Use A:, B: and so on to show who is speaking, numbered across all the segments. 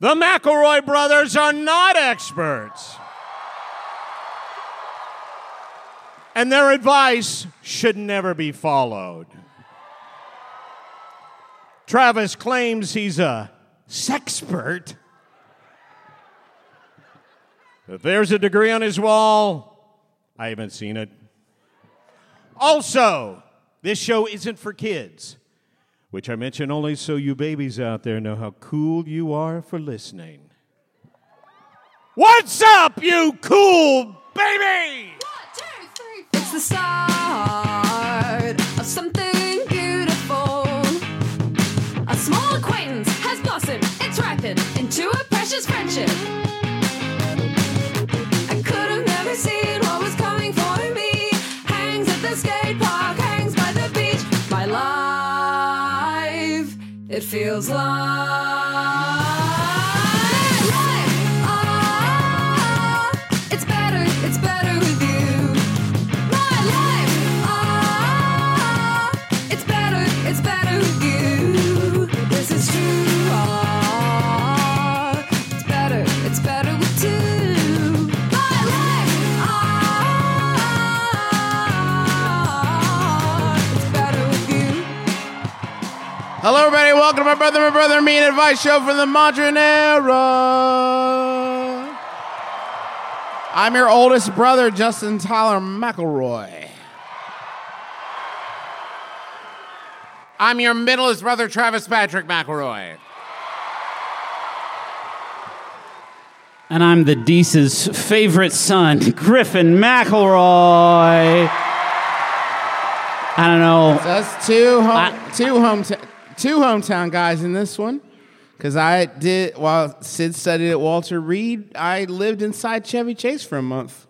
A: The McElroy brothers are not experts. And their advice should never be followed. Travis claims he's a sexpert. If there's a degree on his wall, I haven't seen it. Also, this show isn't for kids, which I mention only so you babies out there know how cool you are for listening. What's up, you cool baby?
B: It's the start of something beautiful. A small acquaintance has blossomed. It's ripened into a precious friendship. I could have never seen what was coming for me. Hangs at the skate park, hangs by the beach. My life, it feels like. life. Ah, it's better, it's better with you. My life, ah, it's better, it's better with you. This is true, ah, it's better, it's better with two. My life, ah, it's better with you.
C: Hello, everybody. Welcome to my brother, my brother, me and advice show from the modern era. I'm your oldest brother, Justin Tyler McElroy. I'm your middleest brother, Travis Patrick McElroy.
D: And I'm the Deese's favorite son, Griffin McElroy. I don't know.
C: That's two home,
D: I-
C: two hometown, two hometown guys in this one. Cause I did while Sid studied at Walter Reed, I lived inside Chevy Chase for a month.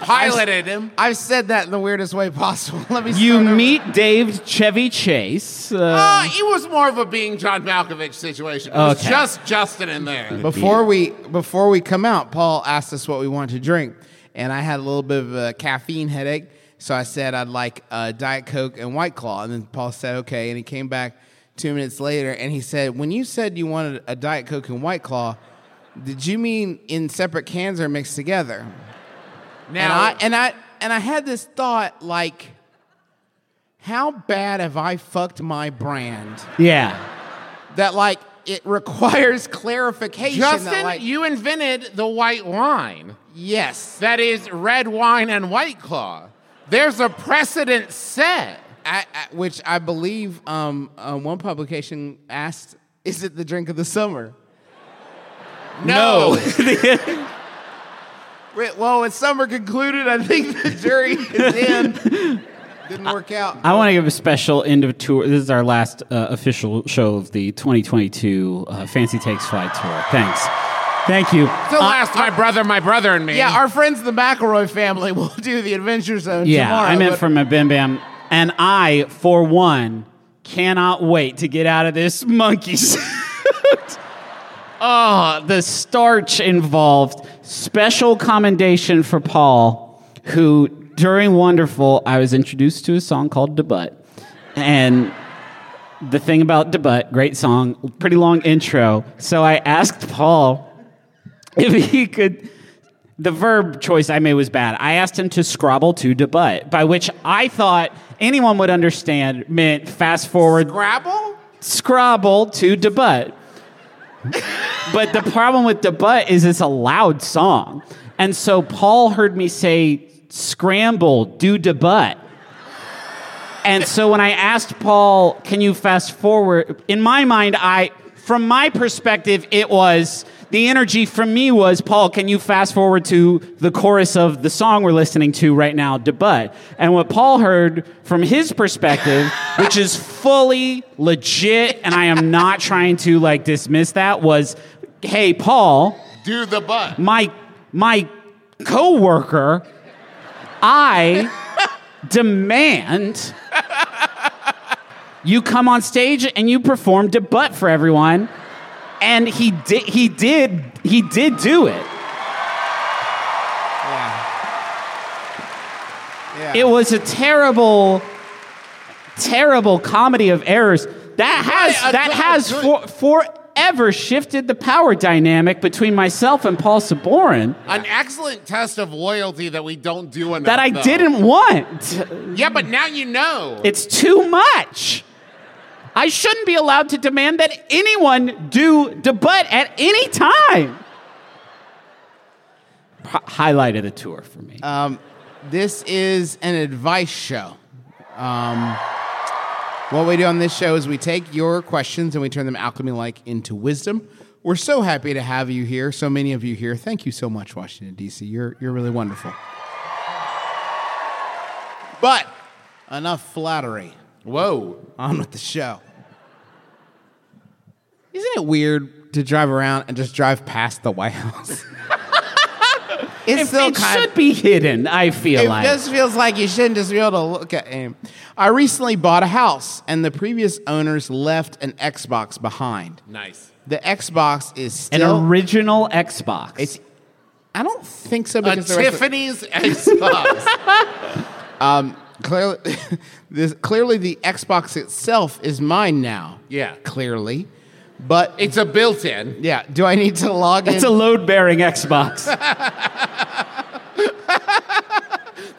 E: Piloted him.
C: I've said that in the weirdest way possible. Let me.
D: You
C: start over.
D: meet Dave Chevy Chase. Uh,
E: Uh, it was more of a being John Malkovich situation. It was
D: Okay.
E: just Justin in there.
C: Before we before we come out, Paul asked us what we want to drink, and I had a little bit of a caffeine headache, so I said I'd like uh, Diet Coke and White Claw, and then Paul said okay, and he came back two minutes later, and he said, "When you said you wanted a Diet Coke and White Claw, did you mean in separate cans or mixed together?" And
E: Now,
C: I and I and I had this thought like, how bad have I fucked my brand
D: yeah.
C: that like it requires clarification? that,
E: Justin,
C: like-
E: you invented the white wine.
C: Yes.
E: That is red wine and white claw. There's a precedent set.
C: I, I, which I believe um, uh, one publication asked, is it the drink of the summer?
E: No.
C: Wait, Well, when summer concluded, I think the jury is in. Didn't work out.
D: I want to give a special end of tour. This is our last uh, official show of the 2022 uh, Fancy Takes Flight Tour. Thanks. Thank you.
E: the last my brother, my brother, and me.
C: yeah, our friends, the McElroy family, will do the Adventure Zone
D: Yeah,
C: tomorrow.
D: I meant
C: but-
D: from a Bim Bam. And I, for one, cannot wait to get out of this monkey suit. oh, the starch involved. Special commendation for Paul, who during Wonderful, I was introduced to a song called Debut. And the thing about Debut, great song, pretty long intro. So I asked Paul if he could the verb choice I made was bad. I asked him to scrabble to debut, by which I thought anyone would understand meant fast forward
E: Scrabble?
D: scrabble to debut. but the problem with debut is it's a loud song. And so Paul heard me say scramble, do debut. And so when I asked Paul, can you fast forward? In my mind, I, from my perspective, it was the energy from me was, Paul, can you fast forward to the chorus of the song we're listening to right now, Debut? And what Paul heard from his perspective, which is fully legit, and I am not trying to like dismiss that, was, hey, Paul,
E: Do the butt.
D: my my coworker, I demand you come on stage and you perform debut for everyone. And he did he did he did do it.
C: Yeah.
D: It was a terrible, terrible comedy of errors. That has
E: Right, a
D: that
E: dog-
D: has for, forever shifted the power dynamic between myself and Paul Saborin
E: An excellent test of loyalty that we don't do enough.
D: that I
E: though.
D: didn't want.
E: Yeah, but now you know.
D: It's too much. I shouldn't be allowed to demand that anyone do debut at any time. H- highlight of the tour for me.
C: Um, this is an advice show. Um, what we do on this show is we take your questions and we turn them alchemy like into wisdom. We're so happy to have you here, so many of you here. Thank you so much, Washington, D.C. You're, you're really wonderful. But enough flattery.
E: Whoa.
C: On with the show. Isn't it weird to drive around and just drive past the White House? it's
D: It-
C: still
D: it
C: kind
D: should be hidden, I feel
C: it
D: like.
C: just feels like you shouldn't just be able to look at him. I recently bought a house, and the previous owners left an Xbox behind.
E: Nice.
C: The Xbox is
D: An
C: still.
D: original Xbox.
C: it's, I don't think so
E: A
C: because the rest of-
E: Tiffany's Xbox.
C: clearly, this, clearly the Xbox itself is mine now.
E: Yeah.
C: clearly, but
E: it's a built-in.
C: yeah. Do I need to log in?
D: It's a load bearing Xbox.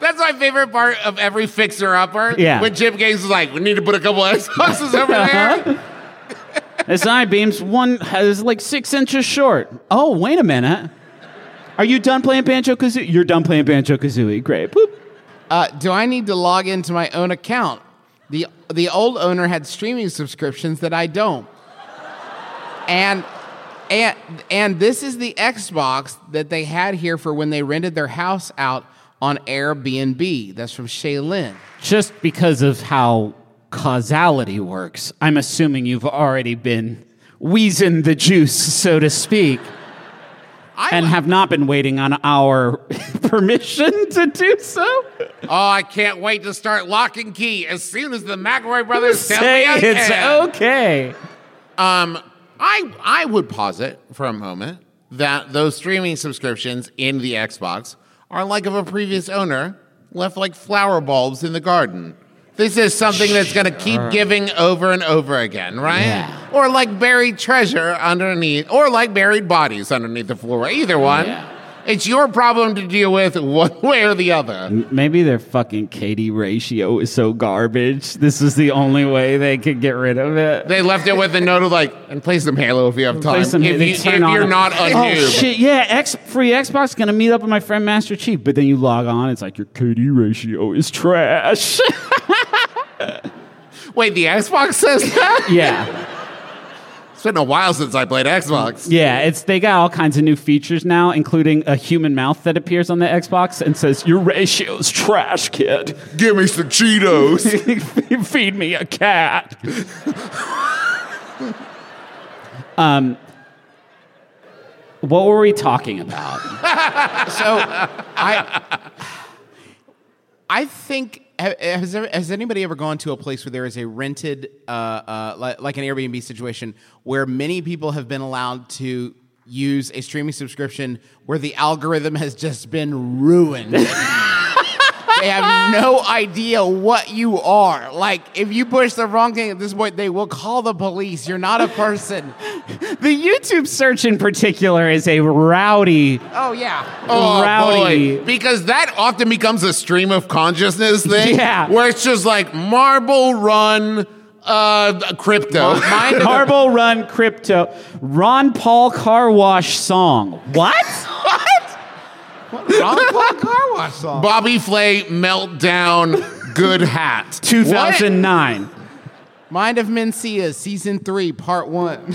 E: That's my favorite part of every fixer-upper.
D: Yeah. Uh-huh.
E: When Jim Gaines is like, we need to put a couple of Xboxes over there.
D: This eye beam's one is like six inches short. Oh, wait a minute. Are you done playing Banjo Kazooie? You're done playing Banjo Kazooie. Great. Boop.
C: Uh, do I need to log into my own account? The the old owner had streaming subscriptions that I don't. And and and this is the Xbox that they had here for when they rented their house out on Airbnb. That's from Shaylin.
D: Just because of how causality works, I'm assuming you've already been wheezing the juice, so to speak,
E: I
D: and
E: would-
D: have not been waiting on our permission to do so.
E: oh, I can't wait to start lock and key as soon as the McElroy brothers tell
D: Say
E: me I
D: it's
E: can.
D: okay.
E: Um, I I would posit for a moment that those streaming subscriptions in the Xbox are like of a previous owner left like flower bulbs in the garden. This is something that's going to keep giving over and over again, right?
D: Yeah.
E: Or like buried treasure underneath, or like buried bodies underneath the floor. Either one.
D: Yeah.
E: It's your problem to deal with one way or the other.
D: Maybe their fucking KD ratio is so garbage. This is the only way they could get rid of it.
E: They left it with a note of like, and play some Halo if you have time.
D: Play some
E: if
D: Halo,
E: you,
D: turn
E: if
D: on
E: you're
D: it.
E: not a
D: oh,
E: noob.
D: shit, yeah, X, free Xbox gonna meet up with my friend Master Chief, but then you log on, it's like your KD ratio is trash.
E: Wait, the Xbox says that?
D: yeah,
E: It's been a while since I played Xbox.
D: yeah, it's they got all kinds of new features now, including a human mouth that appears on the Xbox and says your ratio is trash, kid.
E: Give me some Cheetos.
D: Feed me a cat. um, Um, what were we talking about?
C: So I I think ha- has there, has anybody ever gone to a place where there is a rented uh, uh, like, like an Airbnb situation where many people have been allowed to use a streaming subscription where the algorithm has just been ruined. They have no idea what you are. Like, if you push the wrong thing at this point, they will call the police. You're not a person.
D: The YouTube search in particular is a rowdy.
C: Oh, yeah.
E: Oh
D: Rowdy.
E: boy! Because that often becomes a stream of consciousness thing,
D: Yeah.
E: where it's just like Marble Run, uh, crypto.
C: Mine
D: Marble Run Crypto Ron Paul Car Wash song. What? what?
C: Ron Paul car wash song.
E: Bobby Flay meltdown. Good hat.
D: 2009.
C: Mind of Mencia, season three, part one.
E: What?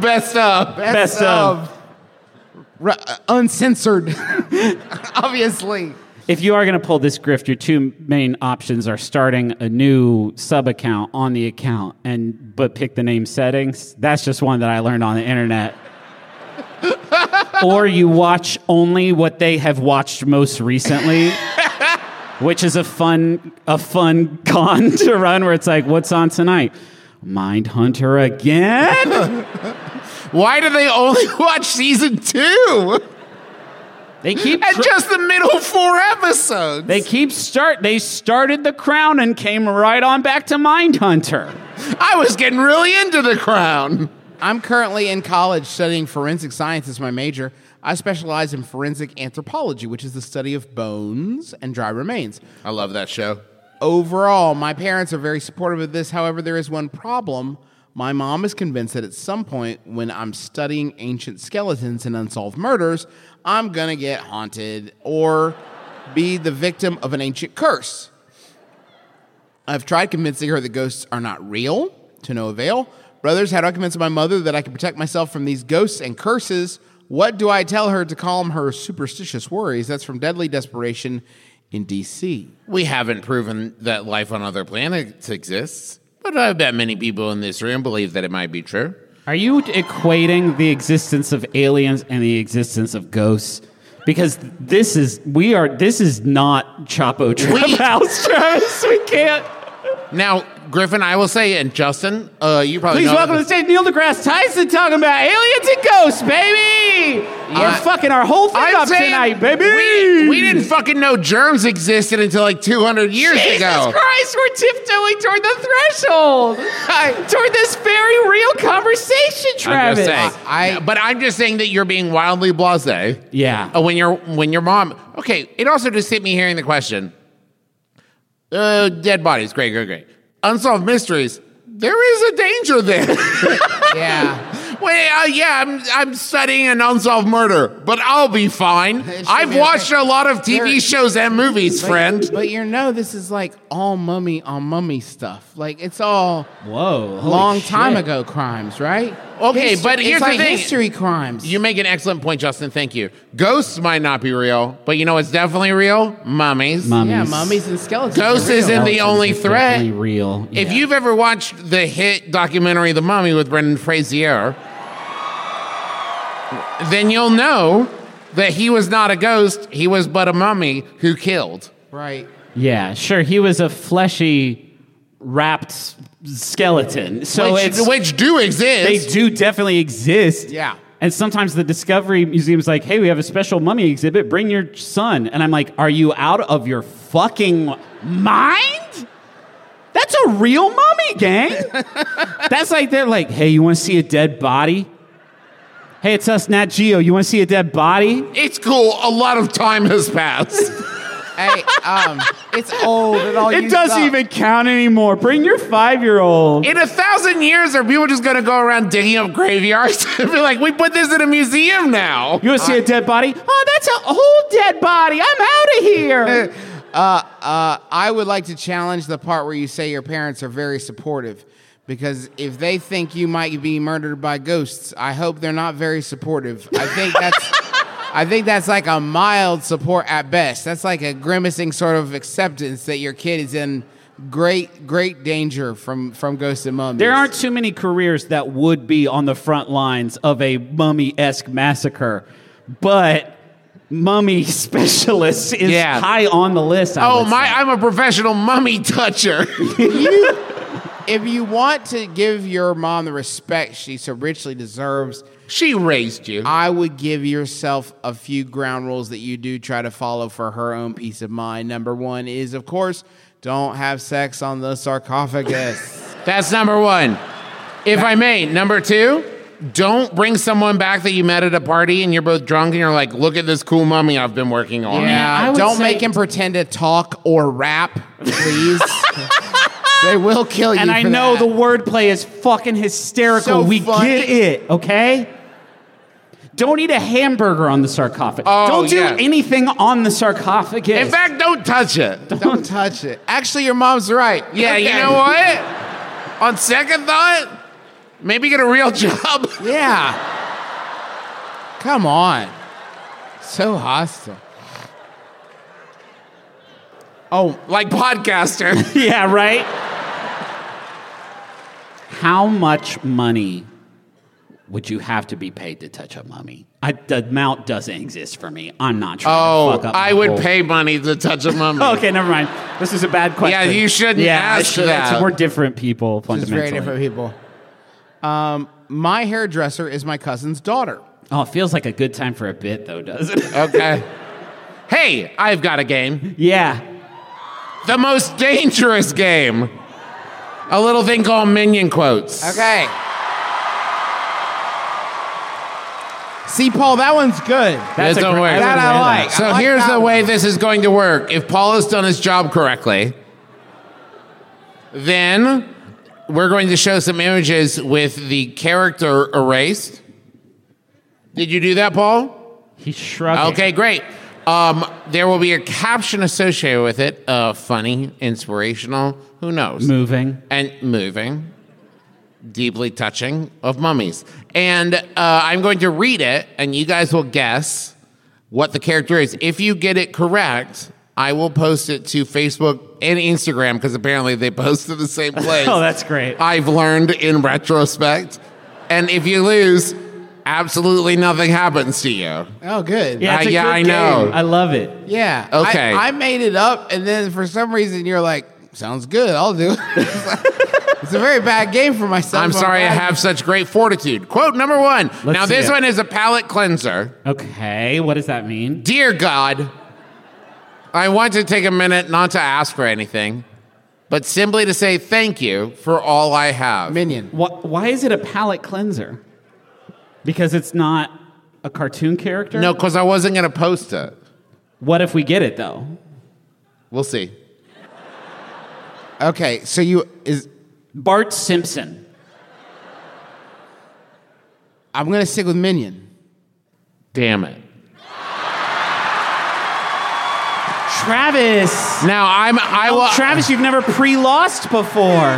E: Best um, of.
D: Best of.
C: Ru- uh, uncensored, obviously.
D: If you are going to pull this grift, your two main options are starting a new sub account on the account and but pick the name settings. That's just one that I learned on the internet. or you watch only what they have watched most recently, which is a fun a fun con to run where it's like, what's on tonight? Mind Hunter again?
E: Why do they only watch season two
D: They keep
E: and
D: tr-
E: just the middle four episodes?
D: They keep start. They started the crown and came right on back to Mindhunter.
E: I was getting really into the crown.
C: I'm currently in college studying forensic science as my major. I specialize in forensic anthropology, which is the study of bones and dry remains.
E: I love that show.
C: Overall, my parents are very supportive of this. However, there is one problem. My mom is convinced that at some point when I'm studying ancient skeletons and unsolved murders, I'm going to get haunted or be the victim of an ancient curse. I've tried convincing her that ghosts are not real, to no avail. Brothers, how do I convince my mother that I can protect myself from these ghosts and curses? What do I tell her to calm her superstitious worries? That's from Deadly Desperation in DC.
E: We haven't proven that life on other planets exists, but I bet many people in this room believe that it might be true.
D: Are you equating the existence of aliens and the existence of ghosts? Because this is we are this is not Chapo Trap House, Travis. We can't.
E: Now, Griffin, I will say, and Justin, uh, you probably
D: Please
E: know
D: welcome to the stage Neil deGrasse Tyson talking about aliens and ghosts, baby. You're
E: Uh,
D: fucking our whole thing
E: I'm
D: up
E: saying
D: tonight, baby.
E: We, we didn't fucking know germs existed until like 200 years
D: Jesus
E: ago.
D: Christ, we're tiptoeing toward the threshold, toward this very real conversation,
E: I'm
D: Travis.
E: just saying.
C: I- I-
E: but I'm just saying that you're being wildly blasé.
D: Yeah. Oh,
E: Uh, When your when your mom. Okay. It also just hit me hearing the question. Uh, dead bodies. Great. Great. Great. Unsolved mysteries. There is a danger there.
C: Yeah.
E: well, uh, yeah, I'm I'm studying an unsolved murder, but I'll be fine.
C: It should
E: I've
C: be
E: watched
C: okay.
E: a lot of TV
C: There-
E: shows and movies, friend.
C: But you know, this is like all mummy on mummy stuff. Like it's all
D: Whoa, holy
C: long time
D: shit.
C: ago crimes, right?
E: Okay, but
C: it's
E: here's the
C: like
E: thing.
C: history crimes.
E: You make an excellent point, Justin. Thank you. Ghosts might not be real, but you know what's definitely real? Mummies.
D: Mummies.
C: yeah, mummies and skeletons. are
E: Ghosts
C: real.
E: isn't the only
D: It's
E: threat.
D: definitely real.
E: If
D: Yeah.
E: you've ever watched the hit documentary The Mummy with Brendan Frazier, then you'll know that he was not a ghost, he was but a mummy who killed.
C: right.
D: yeah, sure. He was a fleshy, wrapped s- skeleton. So
E: which,
D: it's
E: which do
D: they
E: exist.
D: do definitely exist.
C: Yeah.
D: And sometimes the Discovery Museum's like, "Hey, we have a special mummy exhibit. Bring your son." And I'm like, "Are you out of your fucking mind? That's a real mummy, gang." That's like they're like, "Hey, you want to see a dead body?" Hey, it's us, Nat Geo. You want to see a dead body?
E: It's cool. A lot of time has passed.
C: Hey, um, it's old. It
E: Oh,
C: all
D: It
C: used
D: doesn't
C: up.
D: even count anymore. Bring your five year old.
E: In a thousand years, are people just going to go around digging up graveyards and be like, we put this in a museum now?
D: You want to see a dead body? Oh, that's a whole dead body. I'm out of here.
C: Uh, I would like to challenge the part where you say your parents are very supportive, because if they think you might be murdered by ghosts, I hope they're not very supportive. I think that's, I think that's like a mild support at best. That's like a grimacing sort of acceptance that your kid is in great, great danger from from ghosts and mummies.
D: there aren't too many careers that would be on the front lines of a mummy esque massacre, but mummy specialist is
E: Yeah.
D: high on the list. I
E: Oh,
D: would
E: my,
D: say.
E: I'm a professional mummy toucher.
C: If you want to give your mom the respect she so richly deserves,
E: she raised you.
C: I would give yourself a few ground rules that you do try to follow for her own peace of mind. Number one is, of course, don't have sex on the sarcophagus.
E: That's number one. If I may, number two, don't bring someone back that you met at a party and you're both drunk and you're like, look at this cool mummy I've been working on.
D: I
C: yeah,
D: would
C: don't
D: say-
C: make him pretend to talk or rap, please. they will kill you.
D: and I
C: for
D: know
C: that.
D: the wordplay is fucking hysterical.
C: So
D: we
C: fun.
D: get it, okay? Don't eat a hamburger on the sarcophagus.
E: Oh,
D: Don't do
E: yeah.
D: anything on the sarcophagus.
E: In fact, don't touch it.
C: Don't touch it. Actually, your mom's right.
E: Yeah, you
C: Okay.
E: know what? On second thought, maybe get a real job.
C: Yeah. Come on. So hostile.
E: Oh, like podcaster.
D: yeah, right? How much money would you have to be paid to touch a mummy? I, the amount doesn't exist for me. I'm not trying to
E: Oh,
D: fuck up. my
E: I would
D: whole-
E: pay money to touch a mummy.
D: Okay, never mind. This is a bad question.
E: you shouldn't
D: yeah, I
E: ask
D: should- that's-
E: that.
D: We're different people
C: Just
D: fundamentally.
C: very different people. Um, my hairdresser is my cousin's daughter.
D: Oh, it feels like a good time for a bit, though, doesn't it?
E: Okay. Hey, I've got a game.
D: yeah.
E: The most dangerous game. A little thing called minion quotes.
C: Okay. See, Paul, that one's good.
D: That's
E: It
D: a
E: don't
D: great-
E: work.
D: I
C: That
D: would
C: I
D: win
C: like.
E: So here's
C: that
E: the
C: one.
E: way this is going to work. If Paul has done his job correctly, then we're going to show some images with the character erased. Did you do that, Paul?
D: He's shrugging.
E: Okay, great. Um, there will be a caption associated with it. Uh, funny, inspirational, who knows?
D: Moving.
E: and moving, deeply touching of mummies. And uh, I'm going to read it, and you guys will guess what the character is. If you get it correct, I will post it to Facebook and Instagram because apparently they post to the same place.
D: Oh, that's great.
E: I've learned in retrospect. And if you lose, absolutely nothing happens to you.
C: Oh, good.
D: Yeah, it's
E: I-
D: a
E: Uh, yeah,
D: good
E: I
D: game.
E: know.
D: I love it.
C: Yeah.
E: Okay.
C: I, I made it up, and then for some reason you're like, "Sounds good. I'll do." it. it's a very bad game for myself.
E: I'm sorry I
C: glad-
E: have such great fortitude. Quote number one. now,
D: see
E: this
D: it.
E: one is a palate cleanser.
D: Okay, what does that mean?
E: Dear God, I want to take a minute not to ask for anything, but simply to say thank you for all I have.
C: minion.
D: Wh- why is it a palate cleanser? Because it's not a cartoon character?
E: No, because I wasn't going to post it.
D: What if we get it, though?
E: We'll see.
C: Okay, so you is
D: Bart Simpson.
C: I'm gonna stick with minion.
E: Damn it.
D: Travis.
E: Now I'm. I will.
D: Travis, you've never pre-lost before.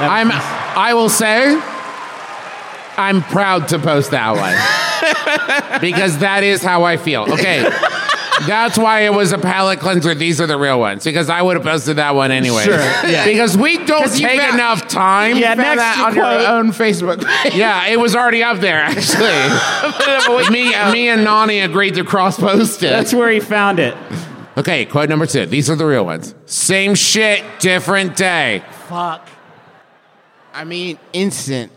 E: I'm. I will say. I'm proud to post that one because that is how I feel. Okay. That's why it was a palate cleanser. These are the real ones because I would have posted that one anyway.
D: Sure, yeah.
E: Because we don't
C: 'Cause you
E: take
C: found-
E: enough time.
D: Yeah,
C: Found
D: next
C: that
D: you
C: on
D: quote-
C: your own Facebook. page.
E: Yeah, it was already up there actually. me, me and Nani agreed to cross post it.
D: That's where he found it.
E: okay, quote number two. These are the real ones. Same shit, different day.
D: Fuck.
C: I mean, instant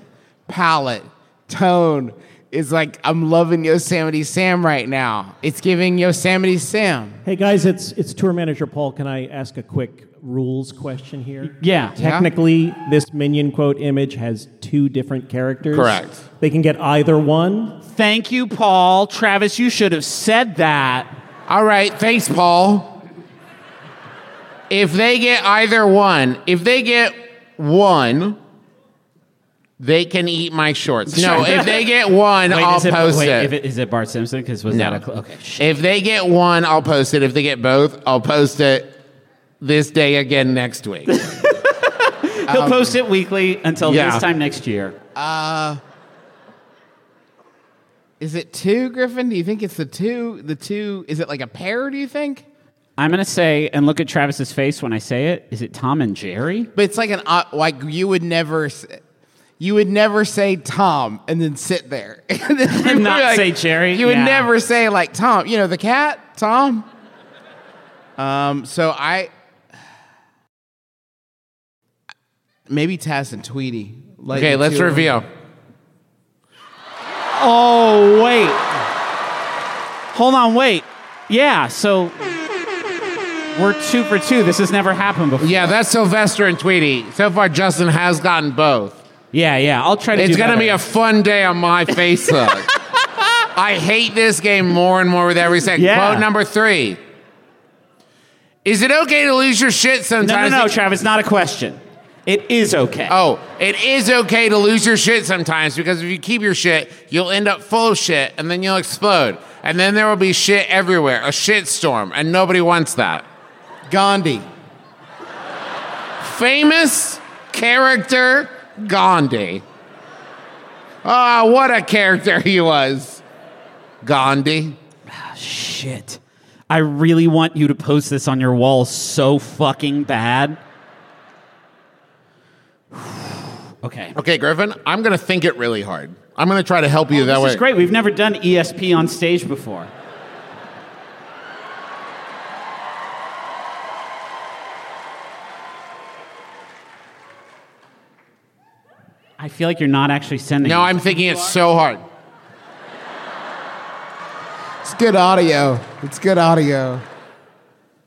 C: palette tone is like I'm loving Yosemite Sam right now. It's giving Yosemite Sam.
F: Hey guys, it's it's tour manager Paul. Can I ask a quick rules question here?
D: Yeah.
F: Technically, this minion quote image has two different characters.
E: Correct.
F: They can get either one.
D: Thank you, Paul. Travis, you should have said that.
E: All right, thanks, Paul. If they get either one, if they get one, they can eat my shorts. No, if they get one, I'll
D: is it,
E: post
D: wait,
E: it.
D: If it. Is it Bart Simpson? Because was
E: No.
D: that a cl- okay? Shit.
E: If they get one, I'll post it. If they get both, I'll post it this day again next week.
D: He'll post it weekly until
E: Um, yeah.
D: this time next year.
C: Is it two, Griffin? Do you think it's the two? The two? Is it like a pair? Do you think?
D: I'm gonna say and look at Travis's face when I say it. Is it Tom and Jerry?
C: But it's like an uh, like you would never, s- you would never say Tom and then sit there and, then people
D: not
C: would be
D: say Jerry,
C: You would
D: yeah.
C: never say like Tom. You know the cat Tom. Um. So I maybe Taz and Tweety. Like
E: Okay,
C: the
E: let's
C: two of
E: reveal.
D: Oh wait. Hold on, wait. Yeah, so we're two for two. This has never happened before.
E: Yeah, that's Sylvester and Tweety. So far, Justin has gotten both.
D: yeah. yeah. I'll try to.
E: It's
D: do
E: going to
D: better.
E: be a fun day on my Facebook. I hate this game more and more with every second.
D: Yeah.
E: Quote number three Is it okay to lose your shit
D: no, no,
E: sometimes?
D: no, Travis. Not a question. It is okay.
E: Oh, it is okay to lose your shit sometimes because if you keep your shit, you'll end up full of shit and then you'll explode. And then there will be shit everywhere, a shit storm, and nobody wants that.
C: Gandhi.
E: famous character Gandhi. Ah, what a character he was. Gandhi.
D: Shit. I really want you to post this on your wall so fucking bad. okay.
E: Okay, Griffin, I'm going to think it really hard. I'm going to try to help you that
D: Oh, This
E: way.
D: is great. We've never done ESP on stage before. I feel like you're not actually sending.
E: No,
D: it.
E: I'm thinking it so hard.
C: It's good audio. It's good audio.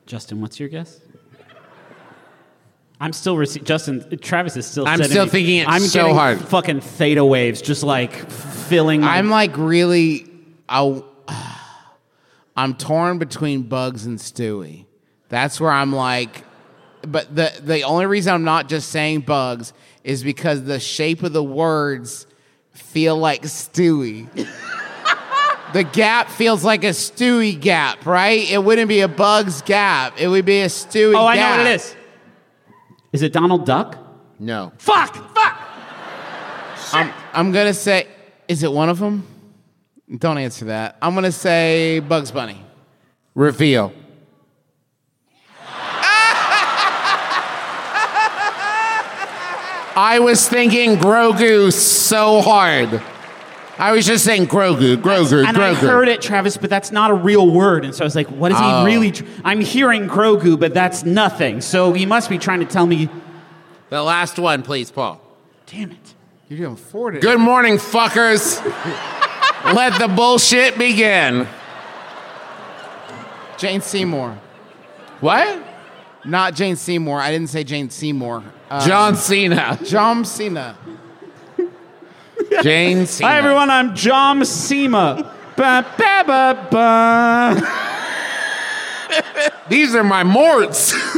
D: Justin, what's your guess? I'm still receiving. Justin, Travis is still.
E: I'm
D: sending
E: still
D: me-
E: thinking it
D: I'm
E: so
D: getting
E: hard.
D: Fucking theta waves, just like filling. my-
C: I'm like really, I, I'm torn between Bugs and Stewie. That's where I'm like, but the the only reason I'm not just saying Bugs is because the shape of the words feel like Stewie. the gap feels like a Stewie gap, right? It wouldn't be a Bugs gap. It would be a Stewie.
D: Oh, I
C: gap.
D: know what it is. Is it Donald Duck?
E: No.
D: Fuck! Fuck!
C: I'm, I'm gonna say, is it one of them? Don't answer that. I'm gonna say Bugs Bunny.
E: Reveal. I was thinking Grogu so hard. I was just saying Grogu, Grogu,
D: and I
E: Grogu.
D: heard it, Travis, but that's not a real word. And so I was like, what is
E: Oh.
D: he really? Tr- I'm hearing Grogu, but that's nothing. So he must be trying to tell me,
E: The last one, please, Paul.
D: damn it.
C: You're doing four today.
E: Good morning, fuckers. Let the bullshit begin.
C: Jane Seymour.
E: What?
C: Not Jane Seymour. I didn't say Jane Seymour.
D: Um,
C: Uh,
E: John Cena.
C: John Cena.
E: Jane Cena.
D: Hi, everyone. I'm John Sema. ba, ba, ba, ba.
E: These are my morts.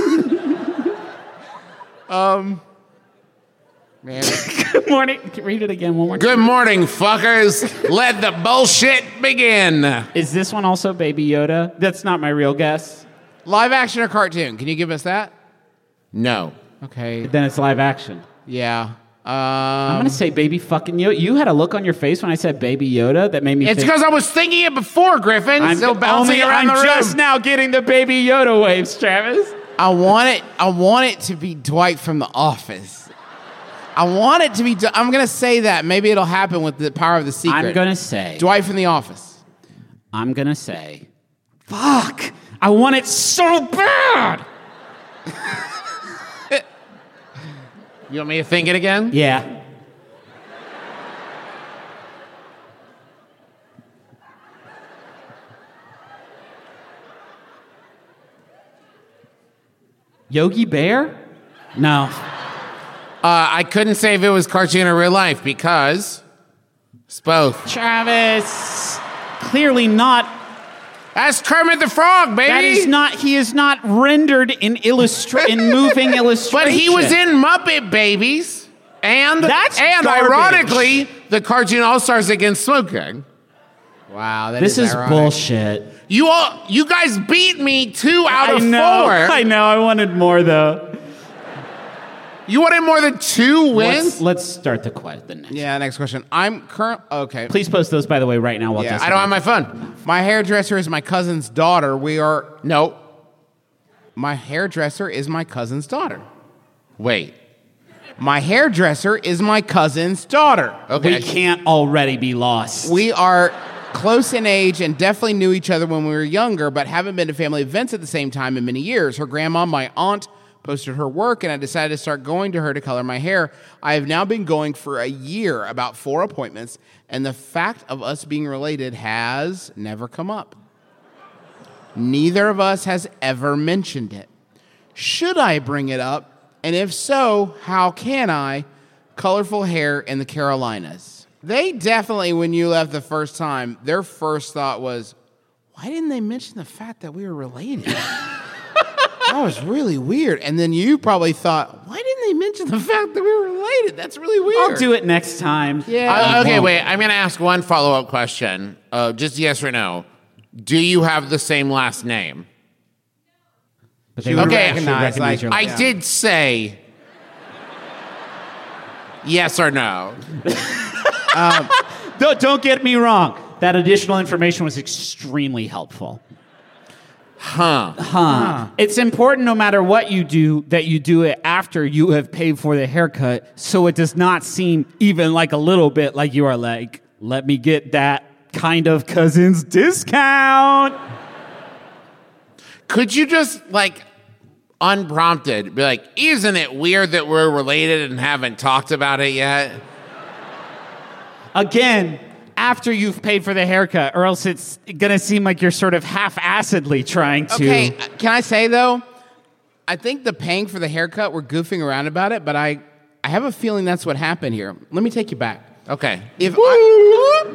C: Man.
D: Good morning. Read it again one more time.
E: Good morning, fuckers. Let the bullshit begin.
D: Is this one also Baby Yoda? That's not my real guess.
C: Live action or cartoon? Can you give us that?
E: No.
C: Okay.
D: Then it's live action.
C: Yeah.
D: I'm
C: Um,
D: gonna say baby fucking Yoda. You had a look on your face when I said baby Yoda that made me.
E: It's
D: think,
E: because I was thinking it before, Griffin.
D: I'm
E: still bouncing
D: only,
E: around
D: I'm
E: the room.
D: just now getting the baby Yoda waves, Travis.
C: I want it. I want it to be Dwight from The Office. I want it to be. Dw- I'm gonna say that. Maybe it'll happen with the power of the secret.
D: I'm gonna say.
C: Dwight from The Office.
D: I'm gonna say. Fuck! I want it so bad.
E: you want me to think it again?
D: Yeah. Yogi Bear? No.
E: Uh, I couldn't say if it was cartoon or real life because it's both.
D: Travis, clearly not
E: That's Kermit the Frog, baby.
D: That is not. He is not rendered in illustra- in moving illustration.
E: But he was in Muppet Babies. And
D: That's
E: and
D: garbage.
E: ironically, the cartoon All Stars against smoking.
C: Wow. that
D: This is
C: ironic.
D: bullshit.
E: You all, you guys beat me two out
D: I
E: of
D: know.
E: four.
D: I know. I wanted more though.
E: You wanted more than two
D: Let's,
E: wins.
D: let's start the quest. The next.
C: Yeah. Next question. I'm current. Okay.
D: Please post those, by the way, right now. While
C: Yeah,
D: Justin-
E: I don't have my phone.
C: My hairdresser is my cousin's daughter. We are.
E: No,
C: My hairdresser is my cousin's daughter.
E: wait.
C: My hairdresser is my cousin's daughter.
E: Okay.
D: We can't already be lost.
C: We are close in age and definitely knew each other when we were younger, but haven't been to family events at the same time in many years. Her grandma, my aunt, posted her work, and I decided to start going to her to color my hair. I have now been going for a year, about four appointments, and the fact of us being related has never come up. Neither of us has ever mentioned it. Should I bring it up? And if so, how can I? Colorful hair in the Carolinas. They definitely, when you left the first time, their first thought was, why didn't they mention the fact that we were related? that was really weird. And then you probably thought, why didn't they mention the fact that we were related? That's really weird.
D: I'll do it next time.
C: Yeah.
E: Uh, okay,
C: Well,
E: wait. I'm gonna ask one follow up question. Uh, just yes or no. Do you have the same last name?
D: But they
C: You
D: would
E: Okay.
D: actually
C: recognize, like,
D: your-
E: I
C: Yeah.
E: did say yes or no.
D: No, don't get me wrong. That additional information was extremely helpful.
E: Huh.
D: It's important no matter what you do that you do it after you have paid for the haircut so it does not seem even like a little bit like you are like, let me get that kind of cousin's discount.
E: Could you just like unprompted be like, isn't it weird that we're related and haven't talked about it yet?
D: Again, after you've paid for the haircut, or else it's gonna seem like you're sort of half acidly trying to.
C: Okay, can I say though? I think the paying for the haircut, we're goofing around about it, but I, I have a feeling that's what happened here. Let me take you back.
E: Okay.
C: If I,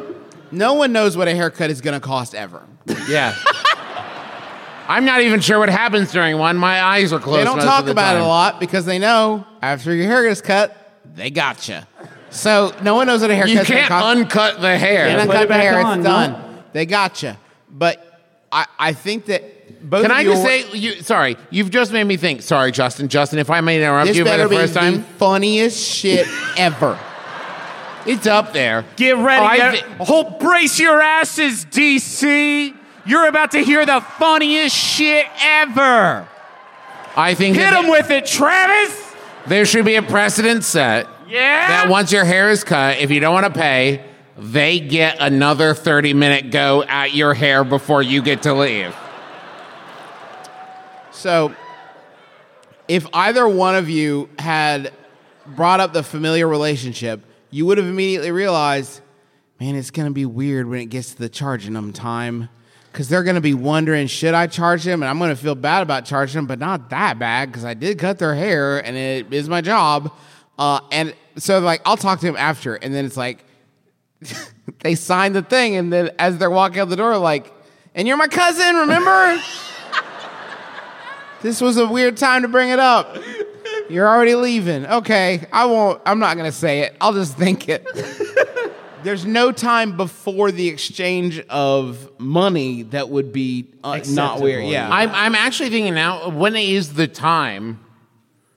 C: no one knows what a haircut is going to cost ever.
E: Yeah. I'm not even sure what happens during one. My eyes are closed.
C: They don't
E: most
C: talk
E: of the
C: about it
E: time.
C: a lot because they know after your hair gets cut, they gotcha. So no one knows what a haircut
E: You
C: is
E: can't
C: cost.
E: uncut the hair.
C: and
D: Put
C: uncut
D: it back
C: hair,
D: on,
C: it's
D: no?
C: done. They gotcha. But I, I think that both
E: Can
C: of
E: I
C: you
E: just
C: are-
E: say, you, sorry, you've just made me think. Sorry, Justin. Justin, if I may interrupt
C: this
E: you for
C: better
E: the
C: be
E: first
C: the
E: time,
C: funniest shit ever.
E: it's up there.
G: Get ready.
E: I've-
G: Get, hold, brace your asses, DC. You're about to hear the funniest shit ever.
E: I think
G: Hit
E: that
G: him with it, Travis.
E: there should be a precedent set
G: Yeah.
E: that once your hair is cut, if you don't want to pay, they get another 30 minute go at your hair before you get to leave.
C: So, if either one of you had brought up the familiar relationship, you would have immediately realized, man, it's going to be weird when it gets to the charging them time. Because they're going to be wondering, should I charge them? And I'm going to feel bad about charging them, but not that bad because I did cut their hair and it is my job. Uh, and so, like, I'll talk to him after. And then it's like, they sign the thing. And then as they're walking out the door, like, and you're my cousin, remember? This was a weird time to bring it up. You're already leaving. Okay, I won't. I'm not going to say it. I'll just think it. There's no time before the exchange of money that would be uh, not weird. Yeah,
E: I'm, I'm actually thinking now, when is the time?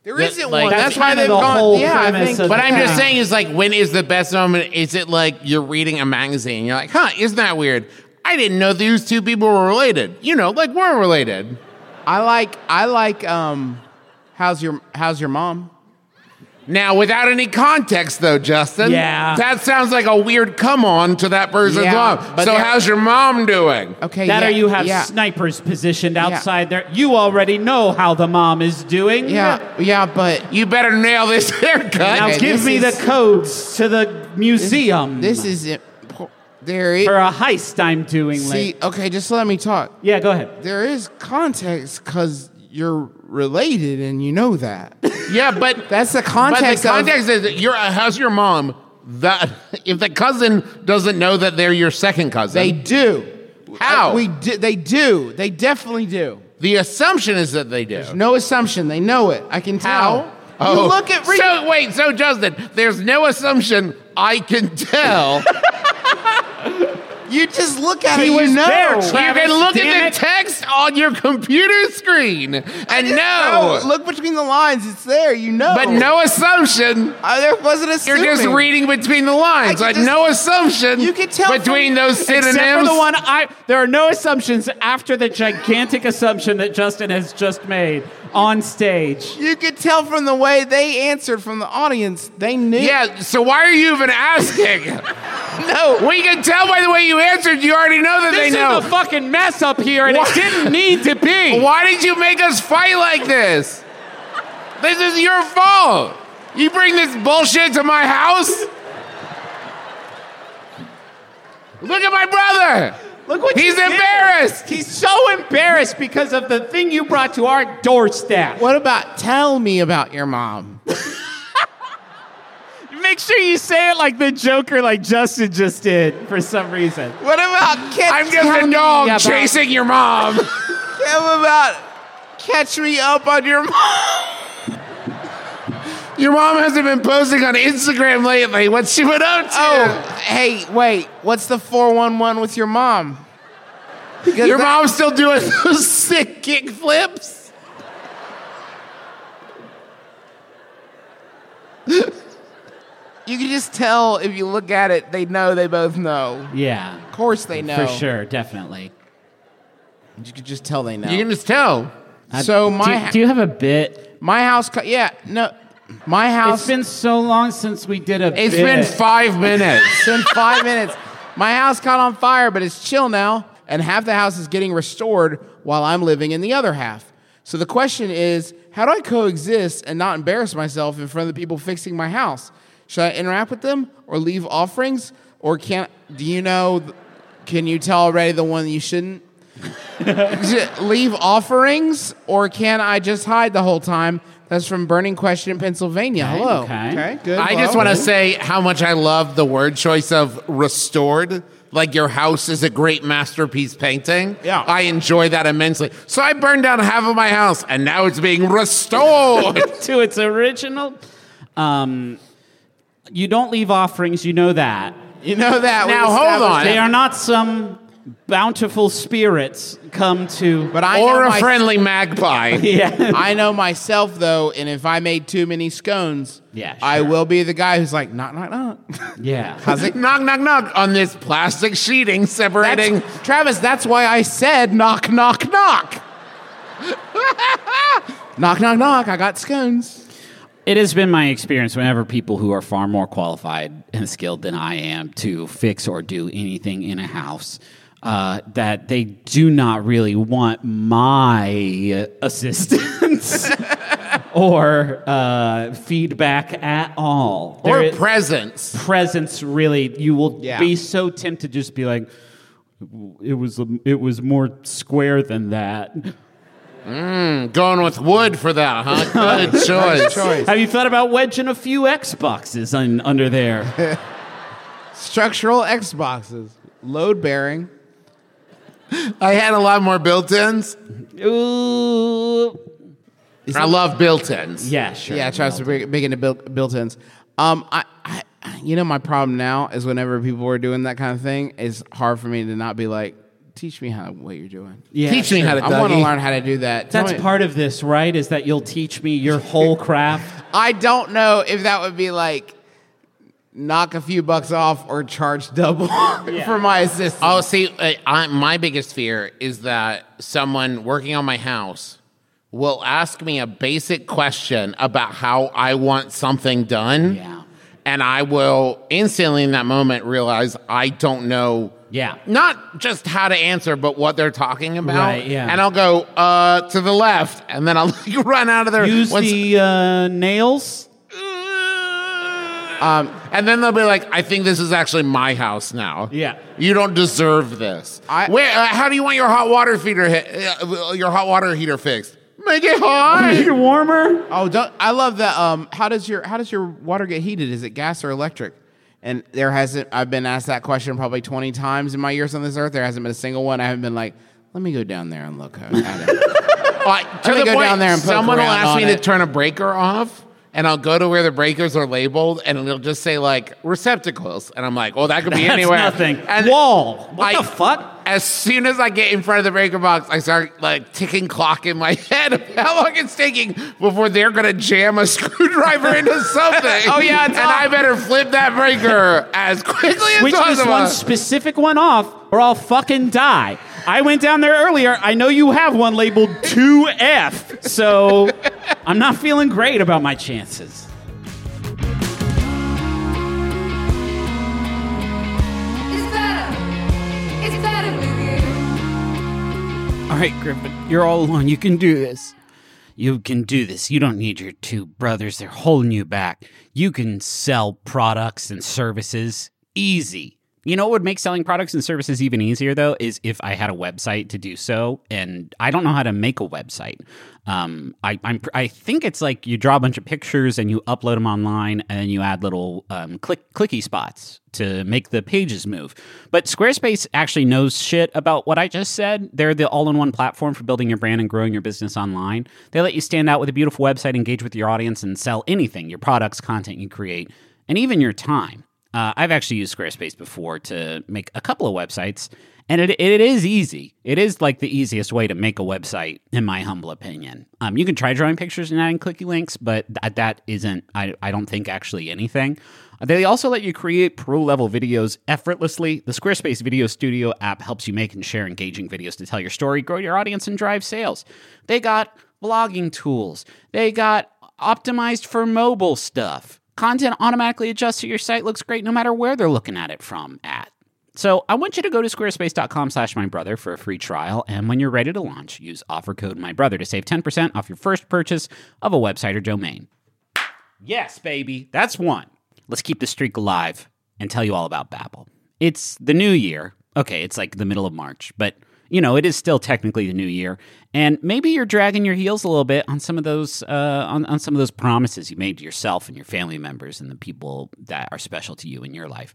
C: there
E: that,
C: isn't
E: like-
C: one.
E: That's
C: That's, why
D: kinda
C: they've
D: the
C: gone.
D: whole
C: yeah, I
D: premise
C: think.
D: of
E: But I'm just
D: Yeah.
E: saying, is like, when is the best moment? Is it like you're reading a magazine? You're like, huh, isn't that weird? I didn't know these two people were related. You know, like we're related.
C: I like. I like. Um, how's your How's your mom?
E: Now, without any context, though, Justin,
D: Yeah.
E: that sounds like a weird come on to that person's
C: Yeah,
E: mom.
C: but
E: So,
C: they're-
E: how's your mom doing?
C: Okay,
D: That
C: yeah,
D: or you have
C: yeah.
D: snipers positioned outside there. You already know how the mom is doing.
C: Yeah, yeah, but
E: You better nail this haircut.
D: Now
C: Okay,
D: give
C: this
D: me
C: is-
D: the codes to the museum.
C: this is it. There is.
D: for a heist I'm doing.
C: See,
D: late.
C: okay, just let me talk.
D: Yeah, go ahead.
C: there is context because you're related and you know that.
E: Yeah, but
C: That's the
E: But
C: context
E: the
C: of-
E: context is that you're uh, how's your mom? That if the cousin doesn't know that they're your second cousin,
C: they do.
E: How?
C: We do, they do. They definitely do.
E: the assumption is that they do.
C: No assumption. They know it. I can tell.
E: How? Oh.
C: You look at re-
E: so wait, so Justin, there's no assumption I can tell.
C: you just look at
D: He
C: it.
D: was
C: you know.
D: there,
E: you can look
D: damn
E: at
D: it.
E: the text on your computer screen and
C: You
E: no,
C: know. Look between the lines. It's there. You know.
E: but no assumption.
C: Uh, there wasn't a.
E: You're just reading between the lines.
C: I
E: Like
C: just-
E: no assumption.
C: You can tell
E: between
C: from-
E: those synonyms.
D: Except for the one I, there are no assumptions after the gigantic assumption that Justin has just made on stage.
C: You could tell from the way they answered from the audience. They knew.
E: Yeah, so why are you even asking?
C: No.
E: We can tell by the way you answered, you already know that
D: This
E: they know.
D: is a fucking mess up here, and
E: Why-
D: it didn't need to be.
E: Why did you make us fight like this? This is your fault. You bring this bullshit to my house? Look at my brother.
D: Look what you
E: He's
D: did.
E: embarrassed.
D: He's so embarrassed because of the thing you brought to our doorstep.
C: What about tell me about your mom?
D: Make sure you say it like the Joker, like Justin just did for some reason.
C: What about kids?
E: I'm just a dog chasing your mom.
C: How about catch me up on your mom?
E: Your mom hasn't been posting on Instagram lately. What's she been up to?
C: Oh, hey, wait. What's the 411 with your mom? Because
E: your
C: that-
E: mom's still doing those sick kick flips?
C: You can just tell if you look at it, they know they both know.
D: Yeah,
C: Of course they know.
D: for sure, definitely.
C: You could just tell they know.
E: You can just tell.
C: so my
D: do, do you have a bit?
C: my house co- yeah, no. My house
D: It's been so long since we did a.
E: It's
D: bit.
E: been five minutes.
C: It's been five minutes. My house caught on fire, but it's chill now, and half the house is getting restored while I'm living in the other half. So the question is, how do I coexist and not embarrass myself in front of the people fixing my house? Should I interact with them or leave offerings, or can do you know? Can you tell already the one you shouldn't? leave offerings or can I just hide the whole time? That's from Burning Question, Pennsylvania. Hello.
D: okay.
C: good.
E: I
C: hello.
E: just want to say how much I love the word choice of restored. Like your house is a great masterpiece painting.
C: Yeah.
E: I enjoy that immensely. So I burned down half of my house and now it's being restored.
D: to its original. Um, you don't leave offerings, you know that.
C: You know that. we
E: Now, hold
C: established
E: on.
C: that.
D: They are not some bountiful spirits come to.
C: But I
E: or
C: know
E: a
C: my-
E: friendly magpie.
D: yeah.
C: I know myself though, and if I made too many scones,
D: Yeah,
C: I
D: sure.
C: will be the guy who's like, knock, knock, knock.
D: Yeah.
E: knock, knock, knock on this plastic sheeting separating.
C: That's, Travis, that's why I said knock, knock, knock. knock, knock, knock. I got scones.
D: It has been my experience whenever people who are far more qualified and skilled than I am to fix or do anything in a house. Uh, that they do not really want my assistance or uh, feedback at all.
E: or
D: There is-
E: presents.
D: presence really you will
C: Yeah.
D: be so tempted to just be like it was it was more square than that
E: Going with wood for that, huh? Good choice.
D: have you thought about wedging a few xboxes un, under there
C: Structural Xboxes, load bearing.
E: I had a lot more built-ins.
D: Ooh.
E: I love built-ins.
D: yeah sure
C: Yeah, Travis is big, big into built, built-ins. Um, I, I, you know, my problem now is whenever people are doing that kind of thing, it's hard for me to not be like, teach me how what you're doing.
D: Yeah,
E: Teach me how to
C: I want to
E: Dougie.
C: learn how to do that. Tell
D: that's
C: me-
D: part of this right is that you'll teach me your whole craft
C: I don't know if that would be like knock a few bucks off or charge double for my assistance.
E: Oh, see, I, I, my biggest fear is that someone working on my house will ask me a basic question about how I want something done.
D: Yeah.
E: And I will instantly in that moment realize I don't know.
D: Yeah.
E: Not just how to answer, but what they're talking about.
D: Right, yeah.
E: And I'll go uh, to the left, and then I'll like, run out of there.
D: use
E: once-
D: the uh, nails
E: Um, and then they'll be like, "I think this is actually my house now.
D: Yeah.
E: you don't deserve this.
C: I-
E: Where? Uh, how do you want your hot water feeder? Hit, uh, your hot water heater fixed? Make it hot.
D: your warmer
C: Oh, don't! I love that. Um, how does your how does your water get heated? Is it gas or electric? And there hasn't. I've been asked that question probably twenty times in my years on this earth. There hasn't been a single one. I haven't been like, let me go down there and look. at it."
E: Uh, to
C: Let me
E: the
C: go
E: point,
C: down there and poke
E: someone will
C: around
E: ask me
C: on
E: to
C: it.
E: turn a breaker off, and I'll go to where the breakers are labeled, and it'll just say like receptacles, and I'm like, "Well, that could be
D: That's
E: anywhere."
D: nothing.
E: And
D: Wall. What the fuck?
E: As soon as I get in front of the breaker box, I start like ticking clock in my head of how long it's taking before they're gonna jam a screwdriver into something.
C: Oh, yeah, it's
E: and I better flip that breaker as quickly as
D: Switch this
E: possible.
D: one specific one off, or I'll fucking die. I went down there earlier. I know you have one labeled 2F, so I'm not feeling great about my chances.
B: It's better. It's better with you.
D: All right, Griffin, you're all alone. You can do this. You can do this. You don't need your two brothers. They're holding you back. You can sell products and services easy. You know what would make selling products and services even easier, though, is if I had a website to do so. And I don't know how to make a website. Um, I, I'm, pr- I think it's like you draw a bunch of pictures and you upload them online, and then you add little um, click clicky spots to make the pages move. But Squarespace actually knows shit about what I just said. They're the all in one platform for building your brand and growing your business online. They let you stand out with a beautiful website, engage with your audience, and sell anything your products, content you create, and even your time. Uh, I've actually used Squarespace before to make a couple of websites, and it, it is easy. It is like the easiest way to make a website, in my humble opinion. Um, you can try drawing pictures and adding clicky links, but th- that isn't, I, I don't think, actually anything. They also let you create pro level videos effortlessly. The Squarespace Video Studio app helps you make and share engaging videos to tell your story, grow your audience, and drive sales. They got blogging tools, they got optimized for mobile stuff. Content automatically adjusts so your site looks great no matter where they're looking at it from at. So I want you to go to squarespace.com slash my brother for a free trial. And when you're ready to launch, use offer code my brother to save 10% off your first purchase of a website or domain. Yes, baby. That's one. Let's keep the streak alive and tell you all about Babbel. It's the new year. Okay, it's like the middle of March, but
H: you know, it is still technically the new year, and maybe you're dragging your heels a little bit on some of those uh, on on some of those promises you made to yourself and your family members and the people that are special to you in your life.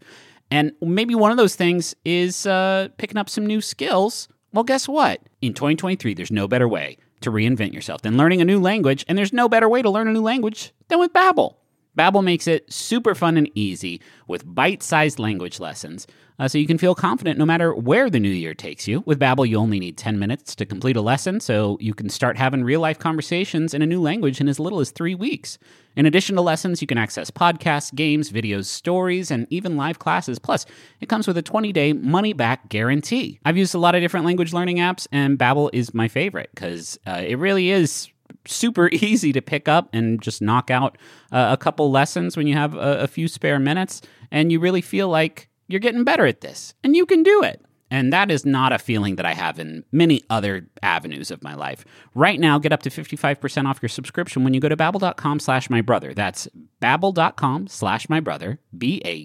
H: And maybe one of those things is uh, picking up some new skills. Well, guess what? In 2023, there's no better way to reinvent yourself than learning a new language, and there's no better way to learn a new language than with Babbel. Babbel makes it super fun and easy with bite-sized language lessons, uh, so you can feel confident no matter where the new year takes you. With Babbel, you only need 10 minutes to complete a lesson, so you can start having real-life conversations in a new language in as little as 3 weeks. In addition to lessons, you can access podcasts, games, videos, stories, and even live classes. Plus, it comes with a 20-day money-back guarantee. I've used a lot of different language learning apps, and Babbel is my favorite because uh, it really is super easy to pick up and just knock out uh, a couple lessons when you have a, a few spare minutes and you really feel like you're getting better at this and you can do it. And that is not a feeling that I have in many other avenues of my life. Right now, get up to 55% off your subscription when you go to babbel.com slash my brother. That's babbel.com slash my brother,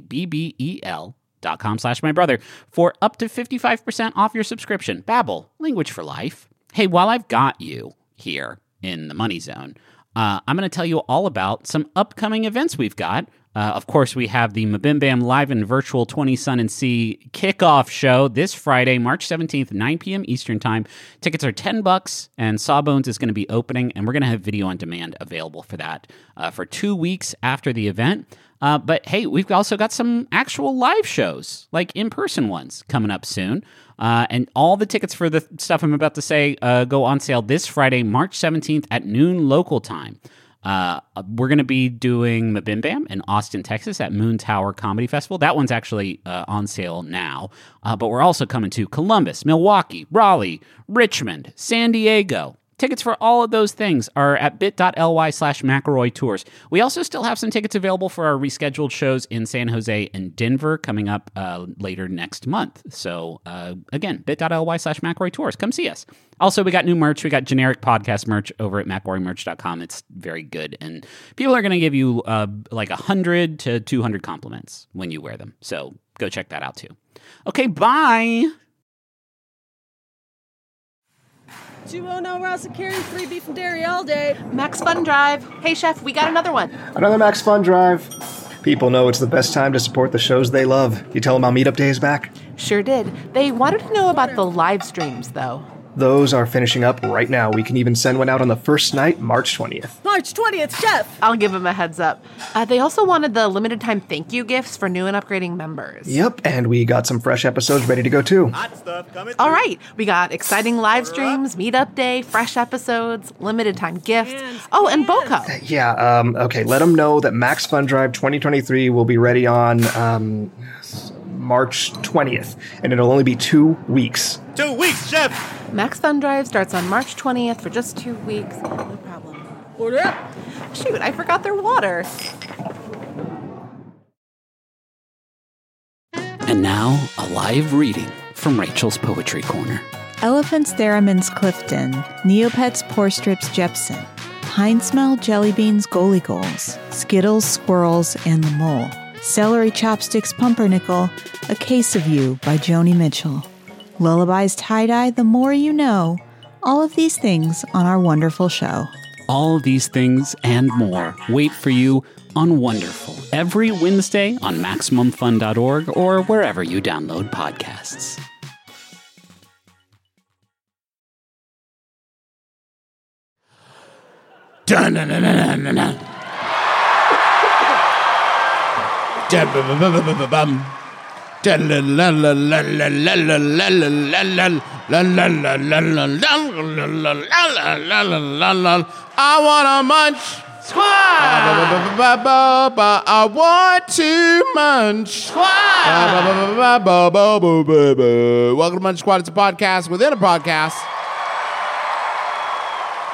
H: B-A-B-B-E-L dot com slash my brother for up to 55% off your subscription. Babbel, language for life. Hey, while I've got you here, in the money zone. Uh, I'm going to tell you all about some upcoming events we've got. Uh, of course, we have the Mabim Bam Live and Virtual 20 Sun and Sea kickoff show this Friday, March 17th, 9 p.m. Eastern Time. Tickets are 10 bucks, and Sawbones is going to be opening, and we're going to have video on demand available for that uh, for two weeks after the event. Uh, but hey, we've also got some actual live shows, like in person ones, coming up soon. Uh, and all the tickets for the stuff I'm about to say uh, go on sale this Friday, March 17th at noon local time. Uh, we're going to be doing Mabim Bam in Austin, Texas at Moon Tower Comedy Festival. That one's actually uh, on sale now. Uh, but we're also coming to Columbus, Milwaukee, Raleigh, Richmond, San Diego. Tickets for all of those things are at bit.ly slash McElroy Tours. We also still have some tickets available for our rescheduled shows in San Jose and Denver coming up uh, later next month. So, uh, again, bit.ly slash McElroy Tours. Come see us. Also, we got new merch. We got generic podcast merch over at McElroymerch.com. It's very good. And people are going to give you uh, like 100 to 200 compliments when you wear them. So, go check that out too. Okay, bye.
I: 210 Rouse and Carry, free beef and dairy all day. Max Fun Drive. Hey, Chef, we got another one.
J: Another Max Fun Drive. People know it's the best time to support the shows they love. You tell them how Meetup Day is back?
I: Sure did. They wanted to know about the live streams, though.
J: Those are finishing up right now. We can even send one out on the first night, March 20th.
I: March 20th, Chef! I'll give them a heads up. Uh, they also wanted the limited time thank you gifts for new and upgrading members.
J: Yep, and we got some fresh episodes ready to go too.
I: All right, we got exciting live streams, meetup day, fresh episodes, limited time gifts. oh, and Boko.
J: Yeah, um, okay, let them know that Max Fun Drive 2023 will be ready on um, March 20th, and it'll only be two weeks.
A: Two weeks, Chef.
I: Max Fun Drive starts on March 20th for just two weeks. No problem. Order up. Shoot, I forgot their water.
H: And now, a live reading from Rachel's Poetry Corner.
B: Elephant's Theremin's Clifton, Neopets Poor Strips Jepson, Pine Smell Jelly Beans Goalie Goals, Skittles Squirrels and the Mole, Celery Chopsticks Pumpernickel, A Case of You by Joni Mitchell, Lullabies Tie Dye The More You Know, all of these things on our wonderful show.
H: All these things and more wait for you on Wonderful every Wednesday on MaximumFun.org or wherever you download podcasts.
E: Dun-dun-dun-dun-dun-dun. Dun-bum-bum-bum-bum-bum. Dun-la-la-la-la-la-la-la-la-la-la-la-la-la-la-la-la-la-la-la-la-la-la-la-la-la. I want a munch. Ba-ba-ba-ba-ba-ba. I want to munch. Ba-ba-ba-ba-ba-ba-ba-ba-ba. Welcome to Munch Squad. It's a podcast within a podcast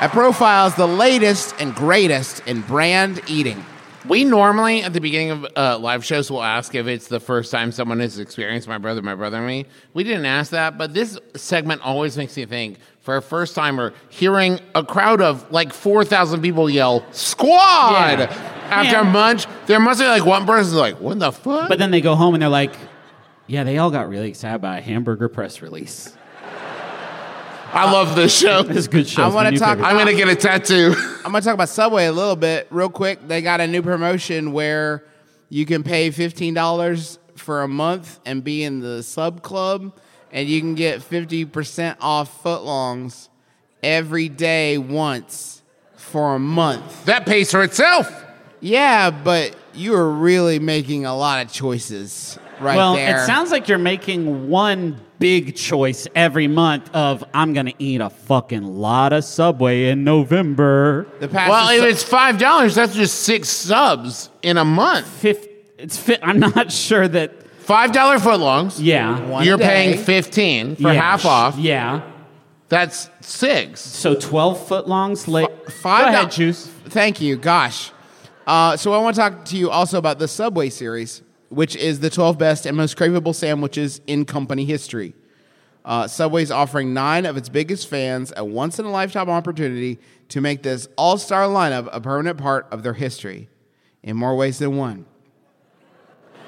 E: that profiles the latest and greatest in brand eating. We normally, at the beginning of uh, live shows, will ask if it's the first time someone has experienced My Brother, My Brother, and Me. We didn't ask that, but this segment always makes me think for a first timer, hearing a crowd of like 4,000 people yell, Squad!
H: Yeah.
E: After
H: Yeah.
E: munch, there must be like one person who's like, What the fuck?
H: But then they go home and they're like, yeah, they all got really excited by a hamburger press release.
E: I love this show. This
D: good
C: show. I It's my wanna new talk favorite.
E: I'm gonna get a tattoo.
C: I'm going to talk about Subway a little bit real quick. They got a new promotion where you can pay $15 for a month and be in the sub club, and you can get 50% off footlongs every day once for a month.
E: That pays for itself.
C: Yeah, but you are really making a lot of choices right
D: well,
C: there.
D: it sounds like you're making one big choice every month of I'm going to eat a fucking lot of Subway in November.
C: the past
E: Well, if it's five dollars, that's just six subs in a month.
D: Fif- it's fi- I'm not sure that
E: Five dollar footlongs.
D: yeah.
C: One
E: You're
C: day.
E: paying fifteen
D: Yeah.
E: for half off.
D: Yeah.
E: That's six.
D: So 12 foot longs late.
C: five
D: Go
C: dol-
D: ahead, Juice.
C: Thank you. Gosh. Uh, so I want to talk to you also about the Subway series, which is the 12 best and most craveable sandwiches in company history. Uh, Subway's offering nine of its biggest fans a once in a lifetime opportunity to make this all star lineup a permanent part of their history in more ways than one.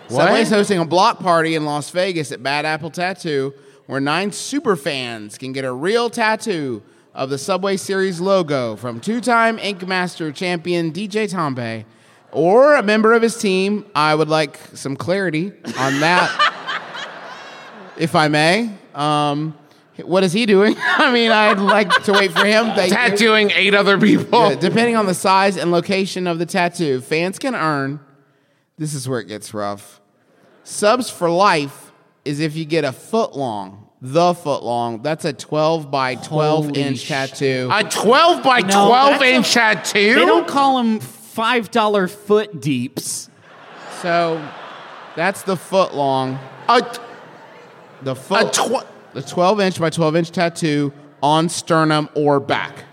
C: Subway's hosting a block party in Las Vegas at Bad Apple Tattoo, where nine super fans can get a real tattoo of the Subway Series logo from two-time Ink Master champion DJ Tombe, or a member of his team. I would like some clarity on that, if I may. Um, what is he doing? I mean, I'd like to wait for him. Thank you.
E: Tattooing eight other people.
C: Yeah, depending on the size and location of the tattoo, fans can earn. This is where it gets rough. Subs for life is if you get a foot long, the foot long. That's a 12 by 12
D: Holy
C: inch
D: shit.
C: tattoo.
E: A twelve by
D: No,
E: twelve
D: that's a-
E: inch tattoo.
D: They don't call them $5 foot deeps.
C: so that's the foot long.
E: a t-
C: The
E: a
C: foot.
E: tw-
C: the 12 inch by 12 inch tattoo on sternum or back.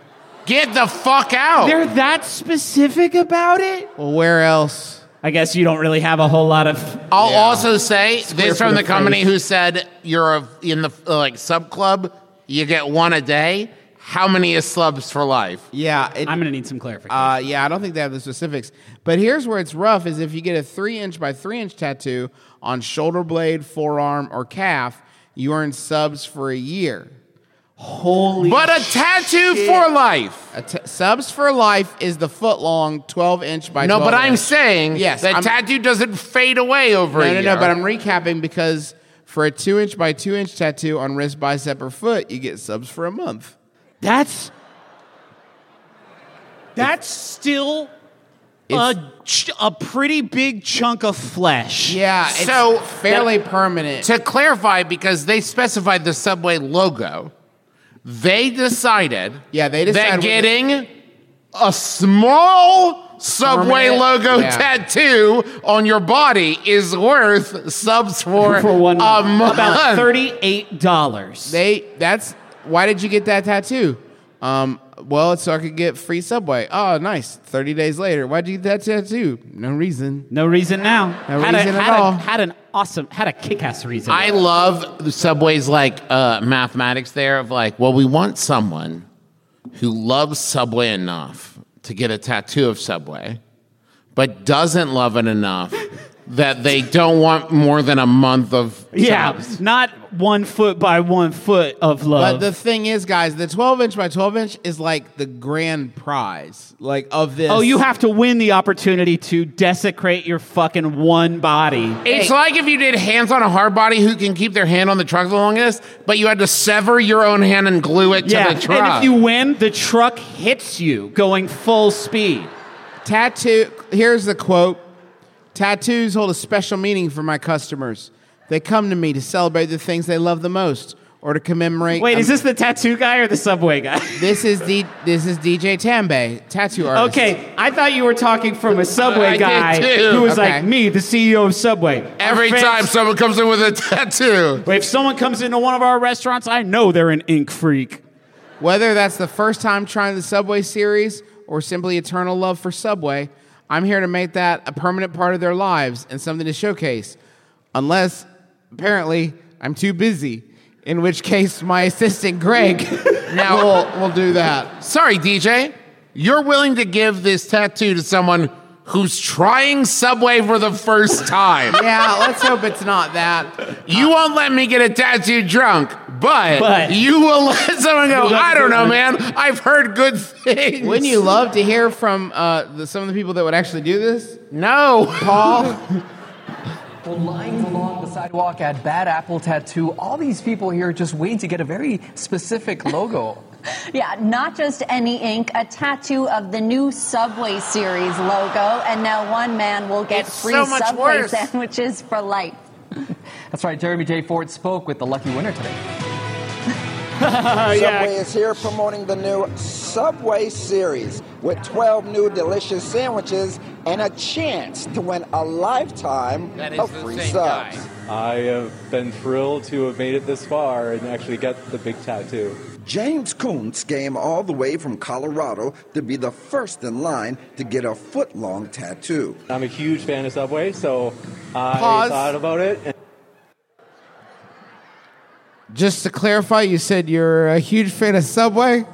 E: Get the fuck out.
D: They're that specific about it?
C: Well, where else?
D: I guess you don't really have a whole lot of
E: I'll also say this
D: foot
E: from the
D: of
E: company
D: face.
E: who said you're a, in the uh, like sub club, you get one a day. How many is subs for life?
C: Yeah. It,
D: I'm going to need some clarification.
C: Uh, yeah, I don't think they have the specifics. But here's where it's rough: is if you get a three inch by three inch tattoo on shoulder blade, forearm, or calf, you earn subs for a year.
D: Holy
E: But a tattoo for life.
C: A t- subs for life is the foot long, twelve inch by.
E: No,
C: 12
E: but I'm
C: inch.
E: saying
C: Yes,
E: that
C: I'm-
E: tattoo doesn't fade away over a
C: No, no,
E: year.
C: no. But I'm recapping because for a two inch by two inch tattoo on wrist, bicep, or foot, you get subs for a month.
D: That's that's still a ch- a pretty big chunk of flesh.
C: Yeah, it's
E: So-
C: fairly permanent.
E: to clarify, because they specified the subway logo, they decided
C: Yeah, they decided
E: that
C: what-
E: getting a small subway
C: Permanent,
E: logo
C: yeah.
E: tattoo on your body is worth subs for,
D: for one
E: a month.
D: about thirty eight dollars.
C: They that's why did you get that tattoo? Um, well, it's so I could get free subway. Oh, nice. Thirty days later, why'd you get that tattoo? No reason.
D: No reason now.
C: No
D: had
C: reason
D: a,
C: at
D: had a-
C: all.
D: had an awesome, had a kick ass reason.
E: Oh. I love the Subway's like uh, mathematics there of like, well, we want someone who loves Subway enough to get a tattoo of Subway, but doesn't love it enough that they don't want more than a month of
D: yeah,
E: subs.
D: not one foot by one foot of
C: But
D: love.
C: the thing is, guys, the twelve inch by twelve inch is like the grand prize, like of this.
D: oh, you have to win the opportunity to desecrate your fucking one body.
E: It's like if you did hands on a hard body who can keep their hand on the truck the longest, but you had to sever your own hand and glue it
D: Yeah,
E: to the truck.
C: Uh.
D: and if you win, the truck hits you going full speed.
C: tattoo. Here's the quote: Tattoos hold a special meaning for my customers. They come to me to celebrate the things they love the most, or to commemorate.
D: Wait, is
C: a-
D: this the tattoo guy or the subway guy?
C: This is the this is DJ Tambe, tattoo artist.
D: okay, I thought you were talking from a
E: I
D: subway
E: did
D: guy
E: too.
D: who was
C: Okay.
D: like me, the CEO of Subway. Our
E: Every
D: friends-
E: time someone comes in with a tattoo.
D: if someone comes into one of our restaurants, I know they're an ink freak.
C: Whether that's the first time trying the Subway series or simply eternal love for Subway, I'm here to make that a permanent part of their lives and something to showcase. Unless, apparently, I'm too busy, in which case my assistant Greg now will, will do that.
E: Sorry, DJ. You're willing to give this tattoo to someone who's trying Subway for the first time.
C: Yeah, let's hope it's not that.
E: You won't let me get a tattoo drunk, But,
K: But-
E: you will let someone go,
K: You'll let
E: I don't know, man.
K: someone-
E: I've heard good things.
C: Wouldn't you love to hear from uh, the, some of the people that would actually do this?
E: No,
C: Paul.
L: Well, lying along the sidewalk at Bad Apple Tattoo, all these people here just waiting to get a very specific logo.
B: Yeah, not just any ink, a tattoo of the new Subway series logo, and now one man will get
L: It's
B: free
L: so much
B: Subway
L: worse.
B: sandwiches for life.
L: That's right, Jeremy J. Ford spoke with the lucky winner today.
M: Subway
L: Yeah.
M: is here promoting the new Subway series with 12 new delicious sandwiches and a chance to win a lifetime of Oh, free subs.
D: I have been thrilled to have made it this far and actually get the big tattoo.
M: James Koontz came all the way from Colorado to be the first in line to get a foot long tattoo.
D: I'm a huge fan of Subway, so I
M: Pause.
D: thought about it. And-
C: Just to clarify, you said you're a huge fan of Subway.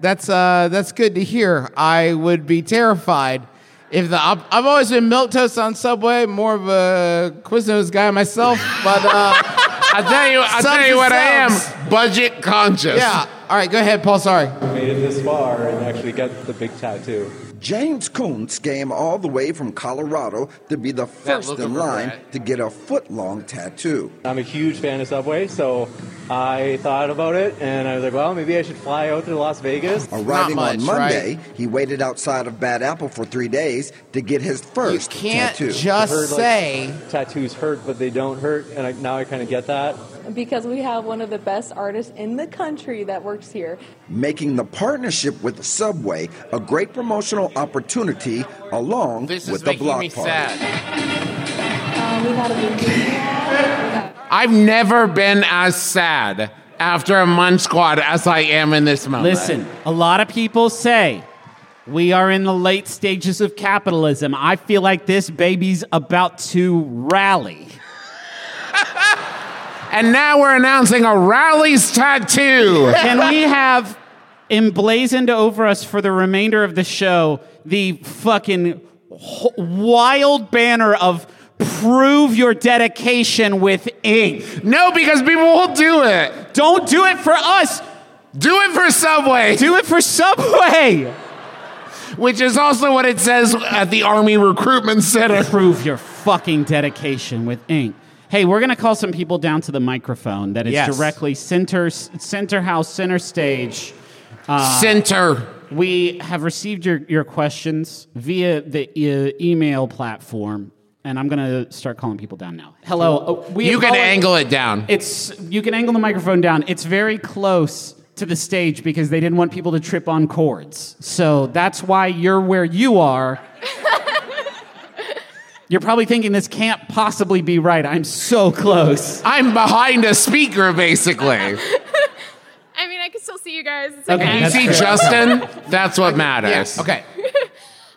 C: That's uh, that's good to hear. I would be terrified if the I've I've always been milk toast on Subway, more of a Quiznos guy myself, but uh, I
E: tell you, I tell you what I am budget conscious.
C: Yeah. All right, go ahead, Paul. Sorry.
D: Made it this far and actually get the big tattoo.
M: James Koontz came all the way from Colorado to be the first
D: look
M: in
D: of
M: line
D: regret.
M: to get a foot long tattoo.
D: I'm a huge fan of Subway, so I thought about it and I was like, well, maybe I should fly out to Las Vegas.
M: Arriving on Monday, he waited outside of Bad Apple for three days to get his first tattoo.
D: I've heard, like, tattoos hurt, but they don't hurt, and I, now I kind of get that.
J: because we have one of the best artists in the country that works here.
M: making the partnership with Subway a great promotional opportunity along with the block party.
E: I've never been as sad after a munch squad as I am in this moment.
H: Listen, a lot of people say we are in the late stages of capitalism. I feel like this baby's about to rally.
E: and now we're announcing a rally's tattoo.
H: Can we have emblazoned over us for the remainder of the show the fucking ho- wild banner of prove your dedication with ink?
E: No, because people will do it.
H: Don't do it for us.
E: Do it for Subway.
H: Do it for Subway.
E: Which is also what it says at the Army Recruitment Center.
H: Prove your fucking dedication with ink. Hey, we're gonna call some people down to the microphone that is
E: Yes.
H: directly center center house center stage. Uh,
E: Center.
H: We have received your, your questions via the e- email platform, and I'm gonna start calling people down now. Hello, uh, we
E: you can
H: apologize-
E: angle it down.
H: It's you can angle the microphone down. It's very close to the stage because they didn't want people to trip on cords. So that's why you're where you are. you're probably thinking this can't possibly be right. I'm so close.
E: I'm behind a speaker, basically.
J: I mean, I can still see you guys. It's
E: Okay,
J: okay.
E: you see Justin? That's what matters.
J: yeah, okay.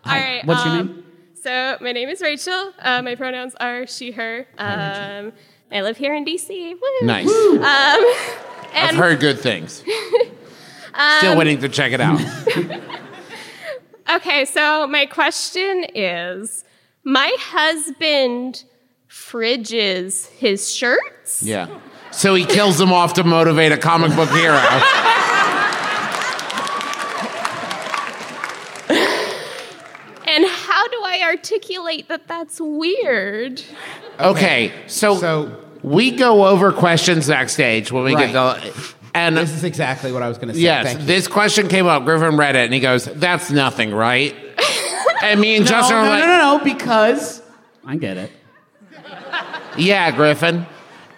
J: All right.
E: What's your
J: um, So my name is Rachel. Uh, my pronouns are she/her. Um, I live here in DC. Woo.
E: Nice.
J: Um,
E: I've
J: and-
E: heard good things. Still
J: Um,
E: waiting to check it out.
J: Okay, so my question is my husband fridges his shirts.
E: Yeah. So he kills them off to motivate a comic book hero.
J: And how do I articulate that that's weird?
E: Okay, so, we go over questions backstage when we get the. And this
C: is exactly what I was going to say. Thank
E: Yes,
C: you.
E: this question came up. Griffin read it and he goes, That's nothing, right? And me and
H: No,
E: Justin
H: no,
E: are
H: Oh, no,
E: like,
H: no, no, because I get it.
E: Yeah, Griffin.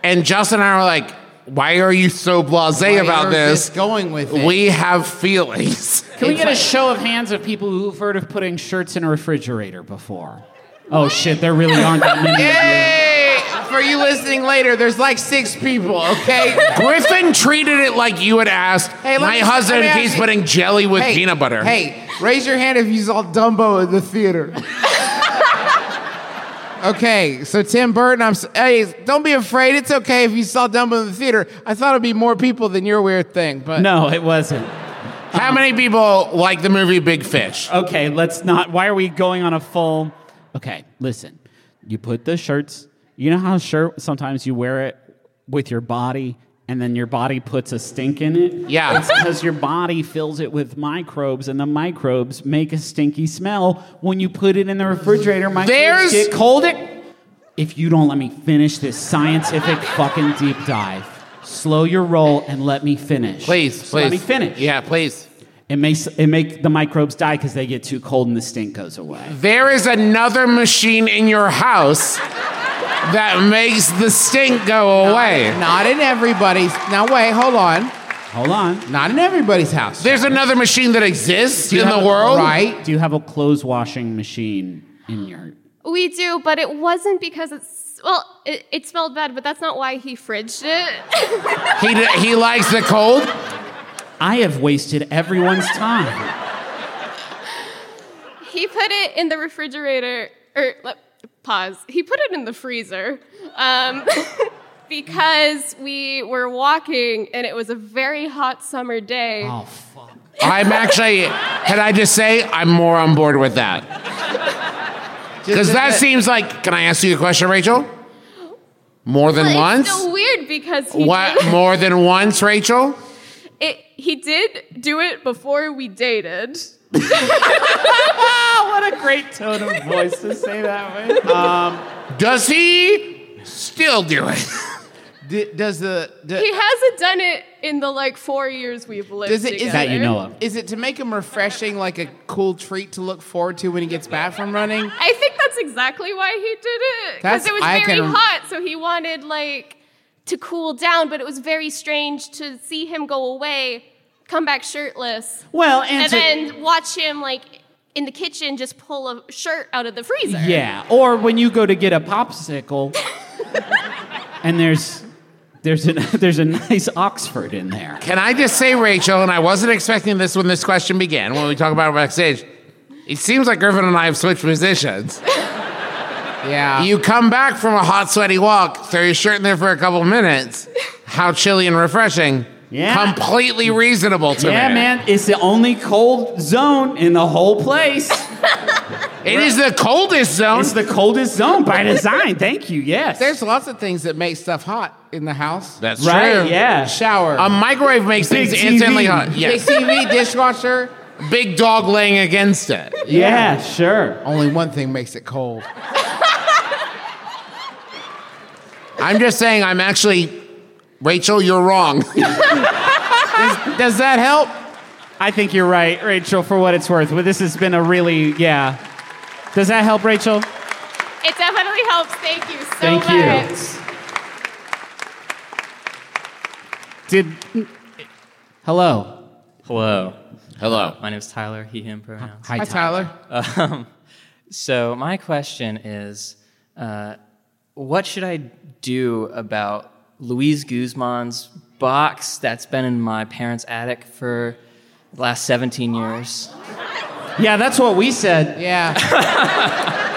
E: And Justin and I were like, Why are you so blase
H: Why
E: about
H: are
E: this?
H: this going with it?"
E: We have feelings.
H: Can we get a show of hands of people who've heard of putting shirts in a refrigerator before? Oh shit, there really aren't that many.
C: Yay! For you listening later, there's like six people. Okay.
E: Griffin treated it like you had asked.
C: Hey, let
E: my
C: me-
E: husband
C: let me ask
E: keeps
C: you-
E: putting jelly with
C: Hey,
E: peanut butter.
C: Hey, raise your hand if you saw Dumbo in the theater. okay, so Tim Burton, I'm. s- Hey, don't be afraid. It's okay if you saw Dumbo in the theater. I thought it'd be more people than your weird thing, but
H: No, it wasn't.
E: How many people like the movie Big Fish?
H: Okay, let's not. Why are we going on a full? Okay, listen. You put the shirts. You know how shirt sometimes you wear it with your body and then your body puts a stink in it.
E: Yeah.
H: It's because your body fills it with microbes, and the microbes make a stinky smell when you put it in the refrigerator. Microbes
N: There's-
H: get cold. It. If you don't let me finish this scientific fucking deep dive, slow your roll and let me finish.
E: Please,
H: Just Let me
E: please.
H: finish.
E: Yeah, please.
H: It makes it make the microbes die because they get too cold and the stink goes away.
E: There is another machine in your house that makes the stink go away.
C: Not in everybody's. Now wait, hold on.
H: Hold on.
C: Not in everybody's house.
E: There's another machine that exists
H: Do you
E: in
H: have
E: the
H: a-
E: world.
H: Do you have a clothes washing machine in your?
J: We do, but it wasn't because it's well, it, it smelled bad, but that's not why he fridged it.
E: He, d- he likes the cold.
H: I have wasted everyone's time.
J: he put it in the refrigerator, or let, pause. He put it in the freezer um, because we were walking and it was a very hot summer day.
E: I'm actually, can I just say, I'm more on board with that. Because that seems like, can I ask you a question, Rachel? More than
J: Well,
E: once?
J: It's so weird because he
E: What?
J: did-
E: More than once, Rachel?
J: It, he did do it before we dated.
H: what a great tone of voice to say that way.
E: Um, Does he still do it?
C: D- does the d-
J: He hasn't done it in the like four years we've lived
C: does it is
J: together.
C: it- Is it to make him refreshing, like a cool treat to look forward to when he gets back from running?
J: I think that's exactly why he did it because
C: That's-
J: it was
C: I
J: very
C: can-
J: hot, so he wanted like to cool down. But it was very strange to see him go away, come back shirtless.
H: Well, and to-
J: then watch him like in the kitchen just pull a shirt out of the freezer.
H: Yeah, or when you go to get a popsicle, and there's there's a there's a nice Oxford in there.
E: Can I just say, Rachel, and I wasn't expecting this when this question began, when we talk about it backstage, it seems like Griffin and I have switched positions.
C: yeah.
E: You come back from a hot, sweaty walk, throw your shirt in there for a couple minutes. How chilly and refreshing.
H: Yeah.
E: Completely reasonable to
H: yeah,
E: me.
H: man, it's the only cold zone in the whole place.
E: It is the coldest zone.
H: It's the coldest zone by design. Thank you. Yes.
C: There's lots of things that make stuff hot in the house.
E: That's Right, true. yeah.
C: Shower.
E: A microwave makes
C: Big
E: things
C: TV.
E: instantly hot. Yes.
C: Big TV, dishwasher.
E: Big dog laying against it.
H: sure.
C: Only one thing makes it cold.
E: I'm just saying, I'm actually, Rachel, you're wrong.
H: does,
C: does that help?
H: I think you're right, Rachel. For what it's worth, but this has been a really yeah. Does that help, Rachel?
J: It definitely helps. Thank you so
H: Thank
J: much.
H: you. Did hello?
D: Hello.
E: Hello.
D: My name is Tyler, he, him pronouns.
H: Hi, Hi, Tyler.
D: Um, so, my question is uh, what should I do about Luis Guzman's box that's been in my parents' attic for the last 17 years?
H: Yeah, that's what we said.
C: Yeah.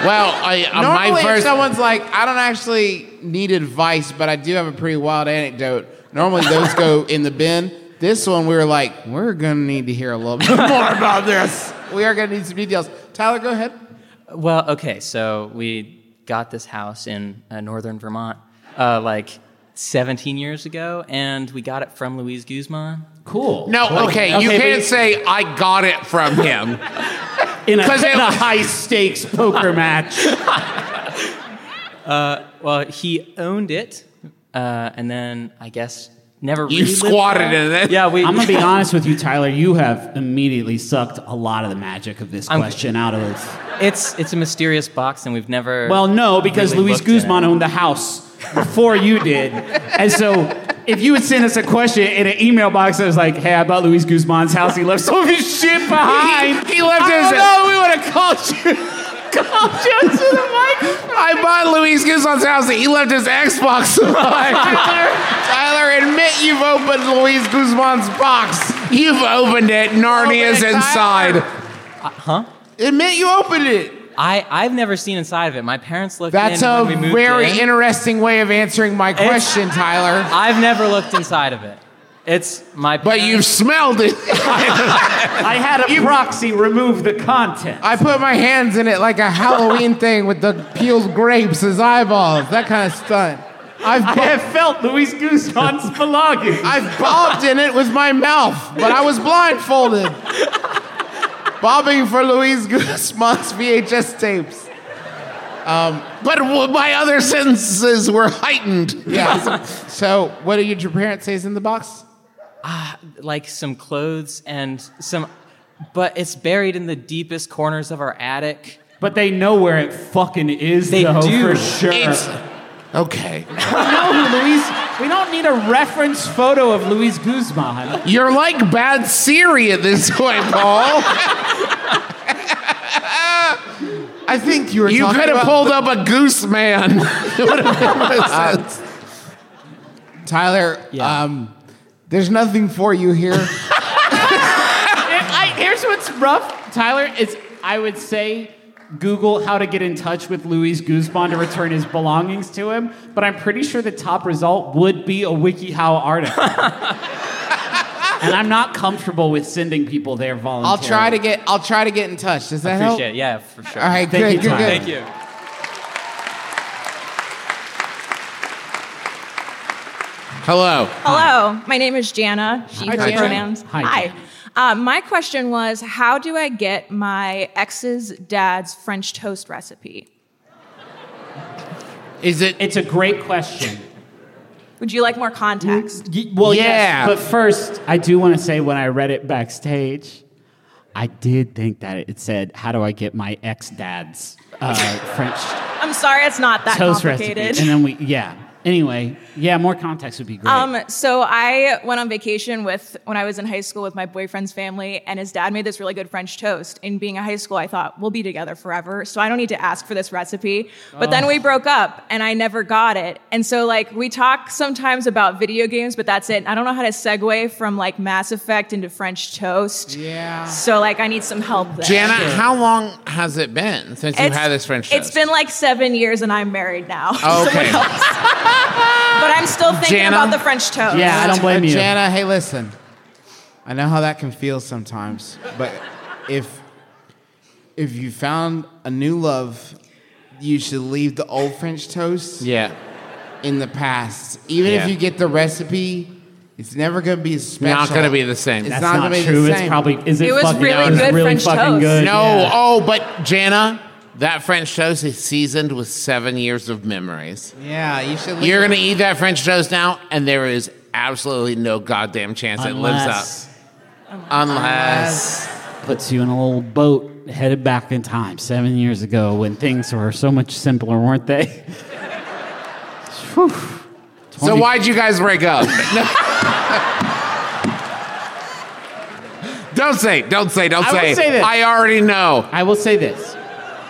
E: well, I, uh, my
C: Normally, if
E: first-
C: someone's like, I don't actually need advice, but I do have a pretty wild anecdote. Normally, those go in the bin. This one, we were like, we're going to need to hear a little bit more about this. We are going to need some details. Tyler, go ahead.
D: Well, okay, so we got this house in uh, northern Vermont uh, like 17 years ago, and we got it from Luis Guzman.
H: Cool.
E: No, okay, you can't say I got it from him.
H: In a,
E: 'Cause it-
H: in a high stakes poker match.
D: Uh, well, he owned it, uh, and then I guess never.
E: You
D: relived
E: squatted
D: that.
E: in it.
D: Yeah, we.
H: I'm gonna be honest with you, Tyler. You have immediately sucked a lot of the magic of this
D: I'm-
H: question out of us.
D: It's it's a mysterious box, and we've never.
H: Well, no, because
D: really
H: Luis
D: looked in
H: Guzman
D: it.
H: owned the house before you did. And so if you had sent us a question in an email box that was like, hey, I bought Luis Guzman's house, he left some of his shit behind.
E: He- he left
H: I
E: his-
H: don't know, we would have called you. called you to the microphone.
E: I bought Luis Guzman's house. He left his Xbox alive.
C: Tyler.
E: Tyler, admit you've opened Luis Guzman's box. You've opened it. Narnia's
D: Open it,
E: inside.
D: Uh, huh?
C: Admit you opened it.
D: I I've never seen inside of it. My parents looked.
C: That's
D: in
C: a
D: when we moved
C: very
D: in.
C: interesting way of answering my
D: It's-
C: question, Tyler.
D: I've never looked inside of it. It's my.
E: But you've smelled it.
H: I had a proxy remove the content.
C: I put my hands in it like a Halloween thing with the peeled grapes as eyeballs, that kind of stunt.
E: I've
H: I have felt Luis Guzman's belonging.
E: I've bobbed in it with my mouth, but I was blindfolded. Bobbing for Luis Guzman's VHS tapes. Um, but w- my other sentences were heightened. Yeah. so, what did your parents say is in the box?
D: like some clothes and some, but it's buried in the deepest corners of our attic.
H: But they know where it fucking is,
D: They
H: though,
D: do.
H: for sure.
D: It's-
E: okay.
H: we know who Luis. We don't need a reference photo of Luis Guzman.
E: You're like bad Siri at this point, Paul.
C: I think you were.
E: You
C: talking
E: could have
C: about-
E: pulled up a goose man. It would have made more
C: Uh,
E: sense.
C: Tyler, um, there's nothing for you here.
H: I, here's what's rough, Tyler. Is I would say Google how to get in touch with Luis Guzman to return his belongings to him, but I'm pretty sure the top result would be a WikiHow article. and I'm not comfortable with sending people there
C: I'll
H: voluntarily.
C: try to get. I'll try to get in touch. Does that help?
H: Appreciate it.
D: Yeah, for sure.
C: All right,
H: Thank
C: good,
H: you,
C: good,
H: Tom.
C: good.
D: Thank you.
E: Hello.
J: Hello, my name is Jana. She,
E: Hi,
J: her
E: Jana.
J: pronouns.
E: Hi, Jana.
J: Um, my question was How do I get my ex's dad's French toast recipe?
E: Is it?
H: It's a great question.
J: Would you like more context?
H: Well, yes, but first, I do want to say when I read it backstage, I did think that it said, "How do I get my ex dad's uh, French
J: I'm sorry, it's not that
H: toast recipe?"
J: complicated.
H: And then we, yeah. Anyway, yeah, more context would be great.
J: Um, so I went on vacation with when I was in high school with my boyfriend's family, and his dad made this really good French toast. And being a high school, I thought we'll be together forever, so I don't need to ask for this recipe. But then
O: Oh.
J: we broke up, and I never got it. And so like we talk sometimes about video games, but that's it. I don't know how to segue from like Mass Effect into French toast. Yeah. So like I need some help. There.
E: Jana, how long has it been since you
J: It's-
E: had this French
J: It's
E: toast?
J: been like seven years, and I'm married now.
E: Oh, okay.
J: Someone else. but I'm still thinking
E: Jana?
J: about the French toast.
C: Uh, Jana, hey, listen. I know how that can feel sometimes, but if if you found a new love, you should leave the old French toast.
E: Yeah.
C: In the past, even
E: Yeah.
C: if you get the recipe, it's never going to be as special.
E: not gonna be the same.
C: It's
E: That's
C: not,
E: not
C: going to be
E: true.
C: the
E: It's
C: same.
E: probably- is it It was fucking- really no, it's good really French fucking toast. good. No, oh, but Jana, that French toast is seasoned with seven years of memories.
C: Yeah, you should. Leave
E: You're
C: it.
E: going to eat that French toast now, and there is absolutely no goddamn chance
H: Unless-
E: it lives up. Unless.
H: Puts you in a little boat headed back in time seven years ago when things were so much simpler, weren't they? Whew.
E: So, why'd you guys break up? don't say, don't say, don't
H: I will
E: say.
H: say this.
E: I already know.
H: I will say this.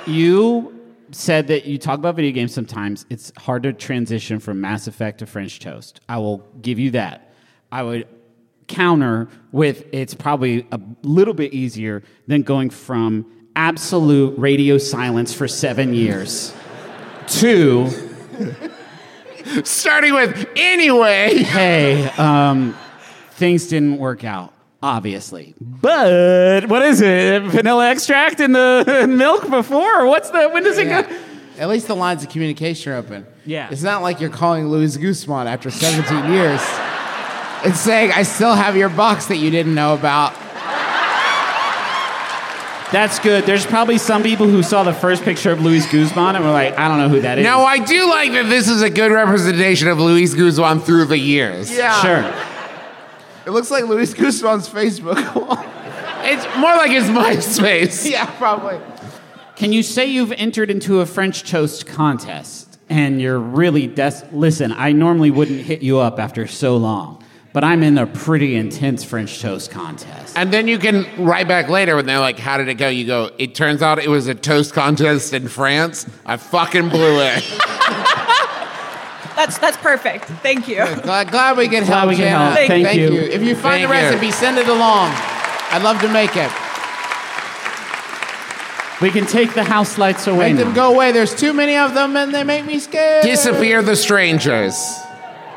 H: You said that you talk about video games sometimes. It's hard to transition from Mass Effect to French toast. I will give you that. I would counter with it's probably a little bit easier than going from absolute radio silence for seven years to
E: starting with anyway.
H: Hey, um, things didn't work out, obviously. But what is it? Vanilla extract in the milk before? What's the? When does it go?
C: At least the lines of communication are open.
H: Yeah.
C: It's not like you're calling Louis Guzman after 17 years and saying, I still have your box that you didn't know about.
H: That's good. There's probably some people who saw the first picture of Luis Guzman and were like, I don't know who that is.
E: No, I do like that this is a good representation of Luis Guzman through the years.
C: Yeah.
H: Sure.
C: It looks like Louis Guzman's Facebook wall.
E: It's more like his MySpace.
C: yeah, probably.
H: Can you say you've entered into a French toast contest and you're really des- listen, I normally wouldn't hit you up after so long, but I'm in a pretty intense French toast contest.
E: And then you can write back later when they're like, How did it go? You go, It turns out it was a toast contest in France. I fucking blew it.
J: That's that's perfect. Thank you.
C: Glad, glad we could
J: Glad
C: help,
J: we could
C: Jana.
J: help. Thank you.
C: If you find
J: Thank
C: the recipe,
J: you.
C: send it along. I'd love to make it.
H: We can take the house lights away.
C: Make them go away. There's too many of them and they make me scared.
E: Disappear the strangers.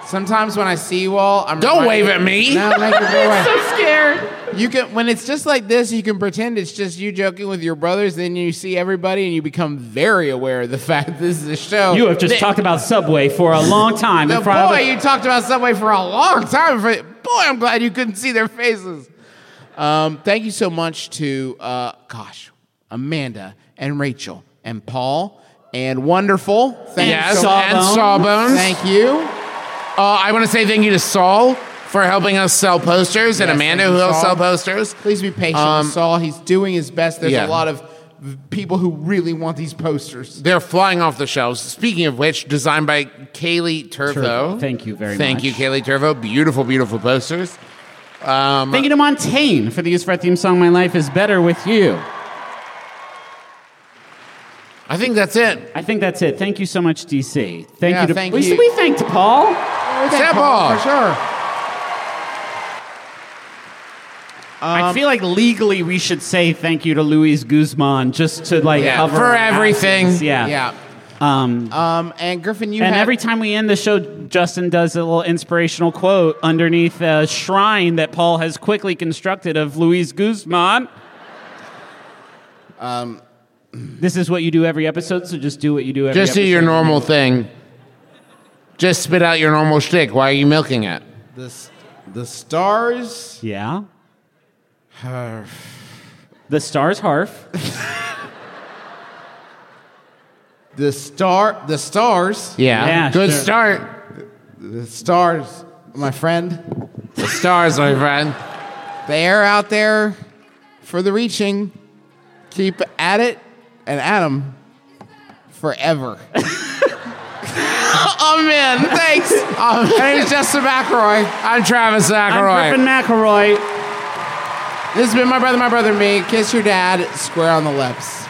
C: Sometimes when I see you all, I'm
E: Don't
C: reminded-
E: wave at me.
C: No, make it go away.
E: I'm so
C: scared. You can when it's just like this, you can pretend it's just you joking with your brothers. Then you see everybody, and you become very aware of the fact this is a show.
H: You have just
C: that-
H: talked about Subway for a long time
C: The
H: in front
C: boy,
H: of.
C: you talked about Subway for a long time. For, boy, I'm glad you couldn't see their faces. Um, thank you so much to, uh, gosh, Amanda and Rachel and Paul and Wonderful. Thank
E: yes,
C: you so much.
E: and Sawbones.
C: Thank you.
E: Uh, I want to say thank you to Saul for helping us sell posters and
C: Yes,
E: Amanda
C: thank
E: who
C: you,
E: helps
C: Saul.
E: sell posters.
C: Please be patient
E: Um,
C: with Saul. He's doing his best. There's
E: yeah.
C: a lot of v- people who really want these posters.
E: They're flying off the shelves. Speaking of which, designed by Kaylee Turvo.
H: Turvo. Thank you very
E: Thank
H: much.
E: you, Kaylee Turvo. Beautiful, beautiful posters. Um,
H: Thank you to Montaigne for the use of our theme song, My Life is Better With You.
E: I think that's it.
H: I think that's it. Thank you so much, DC. Thank
C: Yeah,
H: you to
C: thank
H: we,
C: you.
H: we thanked Paul.
C: Thank Paul, for sure.
H: I
C: Um,
H: feel like legally we should say thank you to Luis Guzman just to like
C: Yeah,
H: cover
C: for
H: our
C: everything.
H: asses. Yeah.
C: Yeah.
H: Um,
C: Um, and Griffin, you
H: and
C: had-
H: every time we end the show, Justin does a little inspirational quote underneath a shrine that Paul has quickly constructed of Luis Guzman.
C: Um,
H: this is what you do every episode, so just do what you do every
E: Just do your
H: episode.
E: normal thing. Just spit out your normal shtick. Why are you milking it?
C: The, s- the stars.
H: Yeah. The stars harf.
C: the star. The stars.
E: Yeah. Yeah, Good sure.
C: start. The stars, my friend.
E: The stars, my friend.
C: They're out there for the reaching. Keep at it and at 'em forever. I'm in. Thanks.
E: Oh,
C: Um, my name's Justin McElroy.
E: I'm Travis McElroy.
H: Griffin McElroy.
C: This has been My Brother, My Brother, and Me. Kiss your dad square on the lips.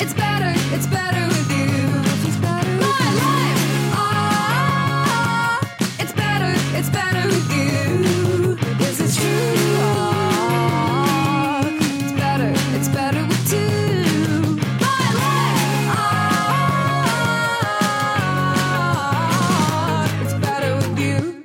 B: It's better, it's better with you. It's better with my life. Ah, it's better, it's better with you. Is it true? Ah, it's better, it's better with two. My life. Ah, it's better with you.